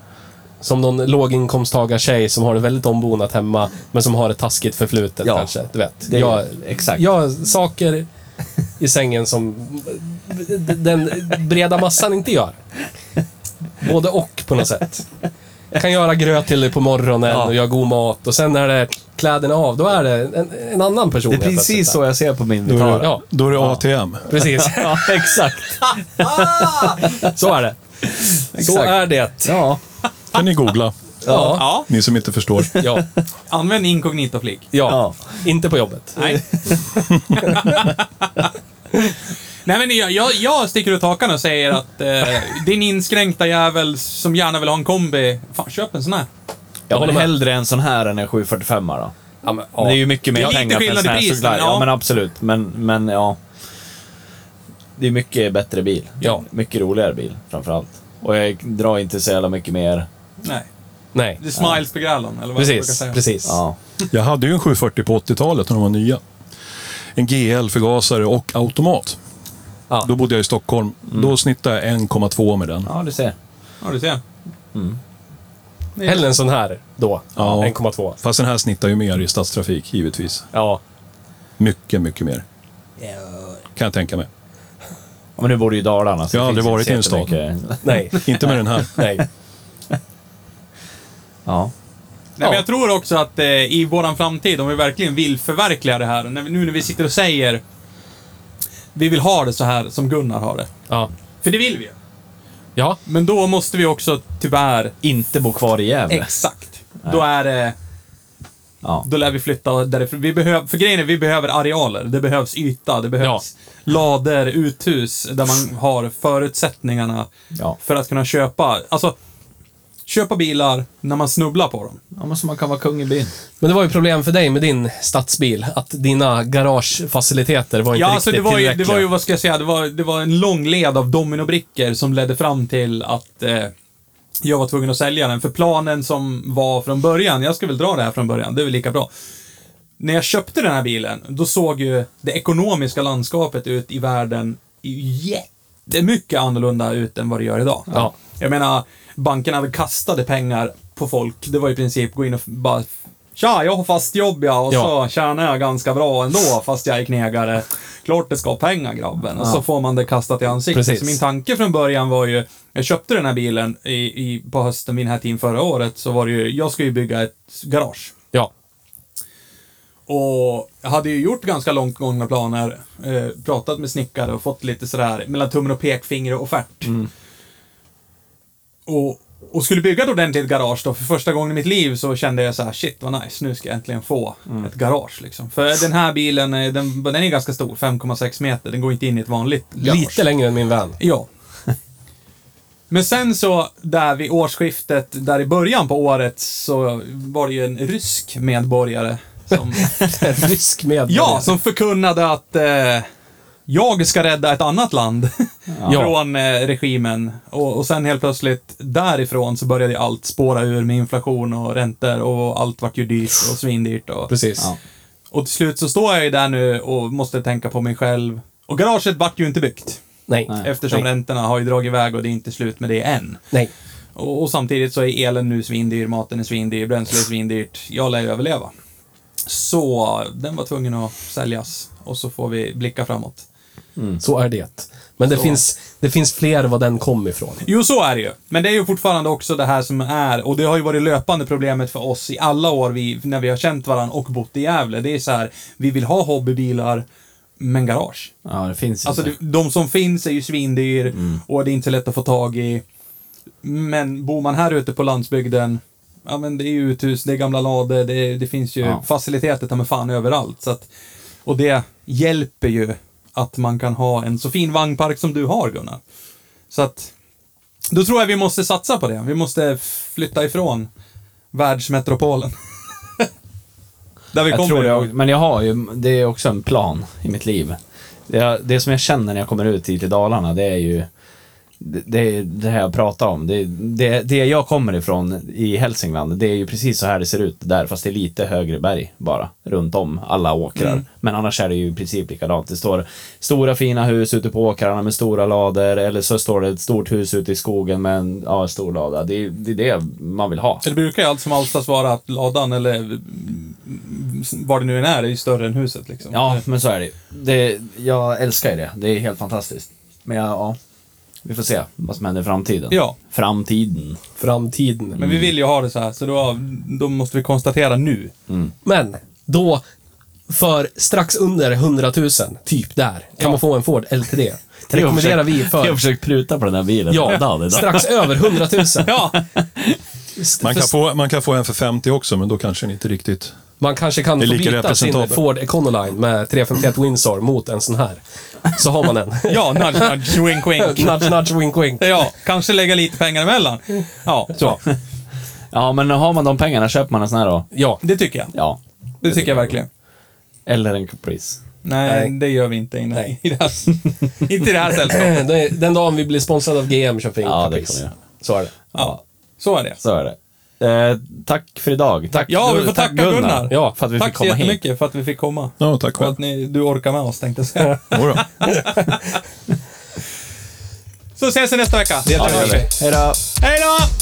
A: som någon låginkomsttagartjej som har det väldigt ombonat hemma, men som har ett taskigt förflutet
D: Ja.
A: kanske. Du vet.
D: det är,
A: jag,
D: exakt.
A: jag har saker i sängen som d- den breda massan inte gör. Både och på något sätt. kan göra gröt till dig på morgonen
D: Ja.
A: och gör god mat. Och sen när det är kläderna av, då är det en, en annan person.
D: Det är
A: helt plötsligt
D: precis
A: där.
D: så jag ser på min
B: Då
D: gitarr.
B: är det,
A: Ja.
B: då är det ATM.
A: Precis,
D: Ja, exakt.
A: så är det. Så
D: Exakt.
A: är det.
D: Ja.
B: kan ni googla,
A: Ja.
C: Ja,
B: ni som inte förstår.
A: Ja.
C: använd inkognito-flik.
A: ja. Inte på jobbet.
C: Nej. Nej men jag, jag, jag sticker ut hakan och säger att eh, din inskränkta jävel som gärna vill ha en kombi, fan köp en sån här.
D: Jag
A: håller
D: håller
A: med.
D: hellre en sån här än en 745 då.
A: Ja, men,
D: Det är
A: ja.
D: ju mycket
C: Det är
D: mer
C: lite
D: pengar för en
C: skillnad i
D: sån här
C: pris, men
D: såklart. Ja.
C: ja.
D: men absolut. Men, men ja. Det är mycket bättre bil.
A: Ja.
D: Mycket roligare bil, framförallt. Och jag drar inte så jävla mycket mer.
C: Nej.
A: Nej.
C: The smiles på grällen, eller vad jag brukar
A: Precis,
C: säga.
A: precis.
D: Ja.
B: Jag hade ju en 740 på 80-talet när de var nya. En GL-förgasare och automat.
A: Ja.
B: Då bodde jag i Stockholm. Då snittade jag 1,2 med den.
D: ja, du ser.
C: Ja, du ser.
A: Hellre en sån här då.
B: Ja.
A: 1,2.
B: Fast den här snittar ju mer i stadstrafik, givetvis.
A: Ja.
B: Mycket, mycket mer. Kan jag tänka mig.
D: Ja, Men nu bor du ju i Dalarna. så
B: Jag har
D: det
B: aldrig
D: finns
B: varit
D: inte
B: i en stad.
D: jättemycket-
A: Nej.
B: Inte med den här.
A: Nej.
D: Ja.
C: Nej, men jag tror också att eh, i våran framtid, om vi verkligen vill förverkliga det här, när vi, nu när vi sitter och säger vi vill ha det så här som Gunnar har det.
A: Ja.
C: För det vill vi ju.
A: Ja.
C: Men då måste vi också tyvärr...
D: Inte bo kvar i Gävle.
C: Exakt. Då är det...
D: Ja.
C: Då lär vi flytta därifrån. Vi behöver, för grejen är, vi behöver arealer. Det behövs yta, det behövs lader, uthus, där man har förutsättningarna
D: Ja.
C: för att kunna köpa, alltså, köpa bilar när man snubblar på dem.
D: ja, men så man kan vara kung i byn.
A: Men det var ju problem för dig med din stadsbil. Att dina garagefaciliteter var inte
C: Ja,
A: riktigt
C: alltså det var ju, det
A: tillräckliga.
C: var ju, vad ska jag säga, det var, det var en lång led av dominobrickor som ledde fram till att eh, jag var tvungen att sälja den. För planen som var från början, jag ska väl dra det här från början, det är väl lika bra. När jag köpte den här bilen, då såg ju det ekonomiska landskapet ut i världen jättemycket annorlunda ut än vad det gör idag.
A: Ja.
C: Jag menar, bankerna hade kastade pengar på folk. Det var i princip gå in och bara Tja, jag har fast jobb ja och
A: Ja.
C: så tjänar jag ganska bra ändå fast jag är knegare. Klart det ska ha pengar grabben. Och så får man det kastat i ansiktet.
A: Precis.
C: Så min tanke från början var ju, jag köpte den här bilen i, i, på hösten vid den här tiden förra året så var det ju, jag ska ju bygga ett garage.
A: Ja.
C: Och jag hade ju gjort ganska långt gångna planer, eh, pratat med snickare och fått lite sådär mellan tummen och pekfingret offert. Och, och skulle bygga ett ordentligt garage då, för första gången i mitt liv så kände jag så här: shit vad nice, nu ska jag äntligen få ett garage liksom. För den här bilen, eh, den, den är ganska stor, 5,6 meter, den går inte in i ett vanligt garage.
A: Lite längre än min vän.
C: Ja. Men sen så, där vid årsskiftet, där i början på året, så var det ju en rysk medborgare som
A: Rysk medborgare.
C: Ja, som förkunnade att eh, jag ska rädda ett annat land från eh, regimen. Och, och sen helt plötsligt därifrån så började ju allt spåra ur med inflation och räntor och allt vart ju dyrt och svindyrt. Och,
A: Precis.
D: Ja.
C: och till slut så står jag ju där nu och måste tänka på mig själv. Och garaget vart ju inte byggt.
A: Nej.
C: Eftersom
A: Nej.
C: räntorna har ju dragit iväg och det är inte slut med det än.
A: Nej.
C: Och, och samtidigt så är elen nu svindyr, maten är svindyr, bränsle är svindyrt. Jag lär ju överleva. Så den var tvungen att säljas och så får vi blicka framåt.
A: Så är det. Men det finns, det finns fler var den kom ifrån.
C: Jo, så är det ju. Men det är ju fortfarande också det här som är, och det har ju varit löpande problemet för oss i alla år vi, när vi har känt varandra och bott i Gävle. Det är så här, vi vill ha hobbybilar, men garage.
D: Ja, det finns
C: Alltså,
D: inte.
C: det- de som finns är ju svindyr
D: Mm.
C: och det är inte lätt att få tag i. Men bor man här ute på landsbygden, ja men det är ju uthus, det är gamla lador, det, det finns ju
D: Ja.
C: faciliteter ta mig fan överallt. Så att, och det hjälper ju att man kan ha en så fin vagnpark som du har, Gunnar. Så att, då tror jag vi måste satsa på det. Vi måste flytta ifrån världsmetropolen. Där vi
D: Jag
C: kommer
D: tror
C: ifrån.
D: det, men jag har ju, det är också en plan i mitt liv. Det, det som jag känner när jag kommer ut hit till Dalarna, det är ju det, det, är det här jag pratar om. Det, det, det jag kommer ifrån i Hälsingland, det är ju precis så här det ser ut där, fast det är lite högre berg bara, runt om alla åkrar. Men annars är det ju i princip likadant. Det står stora fina hus ute på åkrarna med stora lador, eller så står det ett stort hus ute i skogen med en ja, en stor lada. Det, är- det är det man vill ha.
C: Det brukar ju allt som alltid vara att ladan, eller mm, vad det nu än är, är ju större än huset liksom.
D: Ja, men så är det ju. det Jag älskar ju det. Det är helt fantastiskt. Men jag, ja. Vi får se vad som händer i framtiden.
C: Ja,
D: Framtiden.
A: Framtiden.
C: men vi vill ju ha det så här, så då, då måste vi konstatera nu.
A: Men då, för strax under 100 000, typ där, kan man få en Ford LTD. Det rekommenderar vi
D: Jag har
A: för...
D: försökt pruta på den här bilen hela dagen
A: Ja,
D: idag.
A: strax över 100 000.
C: Ja,
B: Man
A: För-
B: kan, få, man kan få en för 50 också, men då kanske den inte riktigt...
A: Man kanske kan
B: Det är
A: få
B: lika
A: byta sin
B: representabelt.
A: Ford Econoline med 351 Windsor mot en sån här. Så har man en.
C: ja, nudge, nudge, wink, wink.
A: nudge, nudge, wink, wink.
C: Ja, kanske lägga lite pengar emellan. Ja,
A: Så,
D: Ja, men har man de pengarna köper man en sån här då.
A: ja.
C: det tycker jag.
D: Ja.
C: Det tycker jag verkligen.
D: Eller en Caprice.
C: Nej,
A: Nej.
C: det gör vi inte i, nej. i det här. Inte i det här sällskapet.
A: Eh, Det- Den dagen vi blir sponsrade av GM köper vi in
D: Ja, det
A: Caprice.
D: kommer
A: Så är det.
C: Ja, så är det.
D: Så är det. Eh, tack för idag. Tack,
C: Ja, vi får tacka Gunnar.
D: Ja, för att vi
C: Tack
D: fick
C: så
D: komma hit.
C: jättemycket för att vi fick komma.
B: Ja, tack
C: Och
B: själv.
C: att ni, du orkar med oss, tänkte jag säga.
B: Jo då.
C: Så ses vi nästa vecka.
D: Ja, det gör vi.
C: Hej då!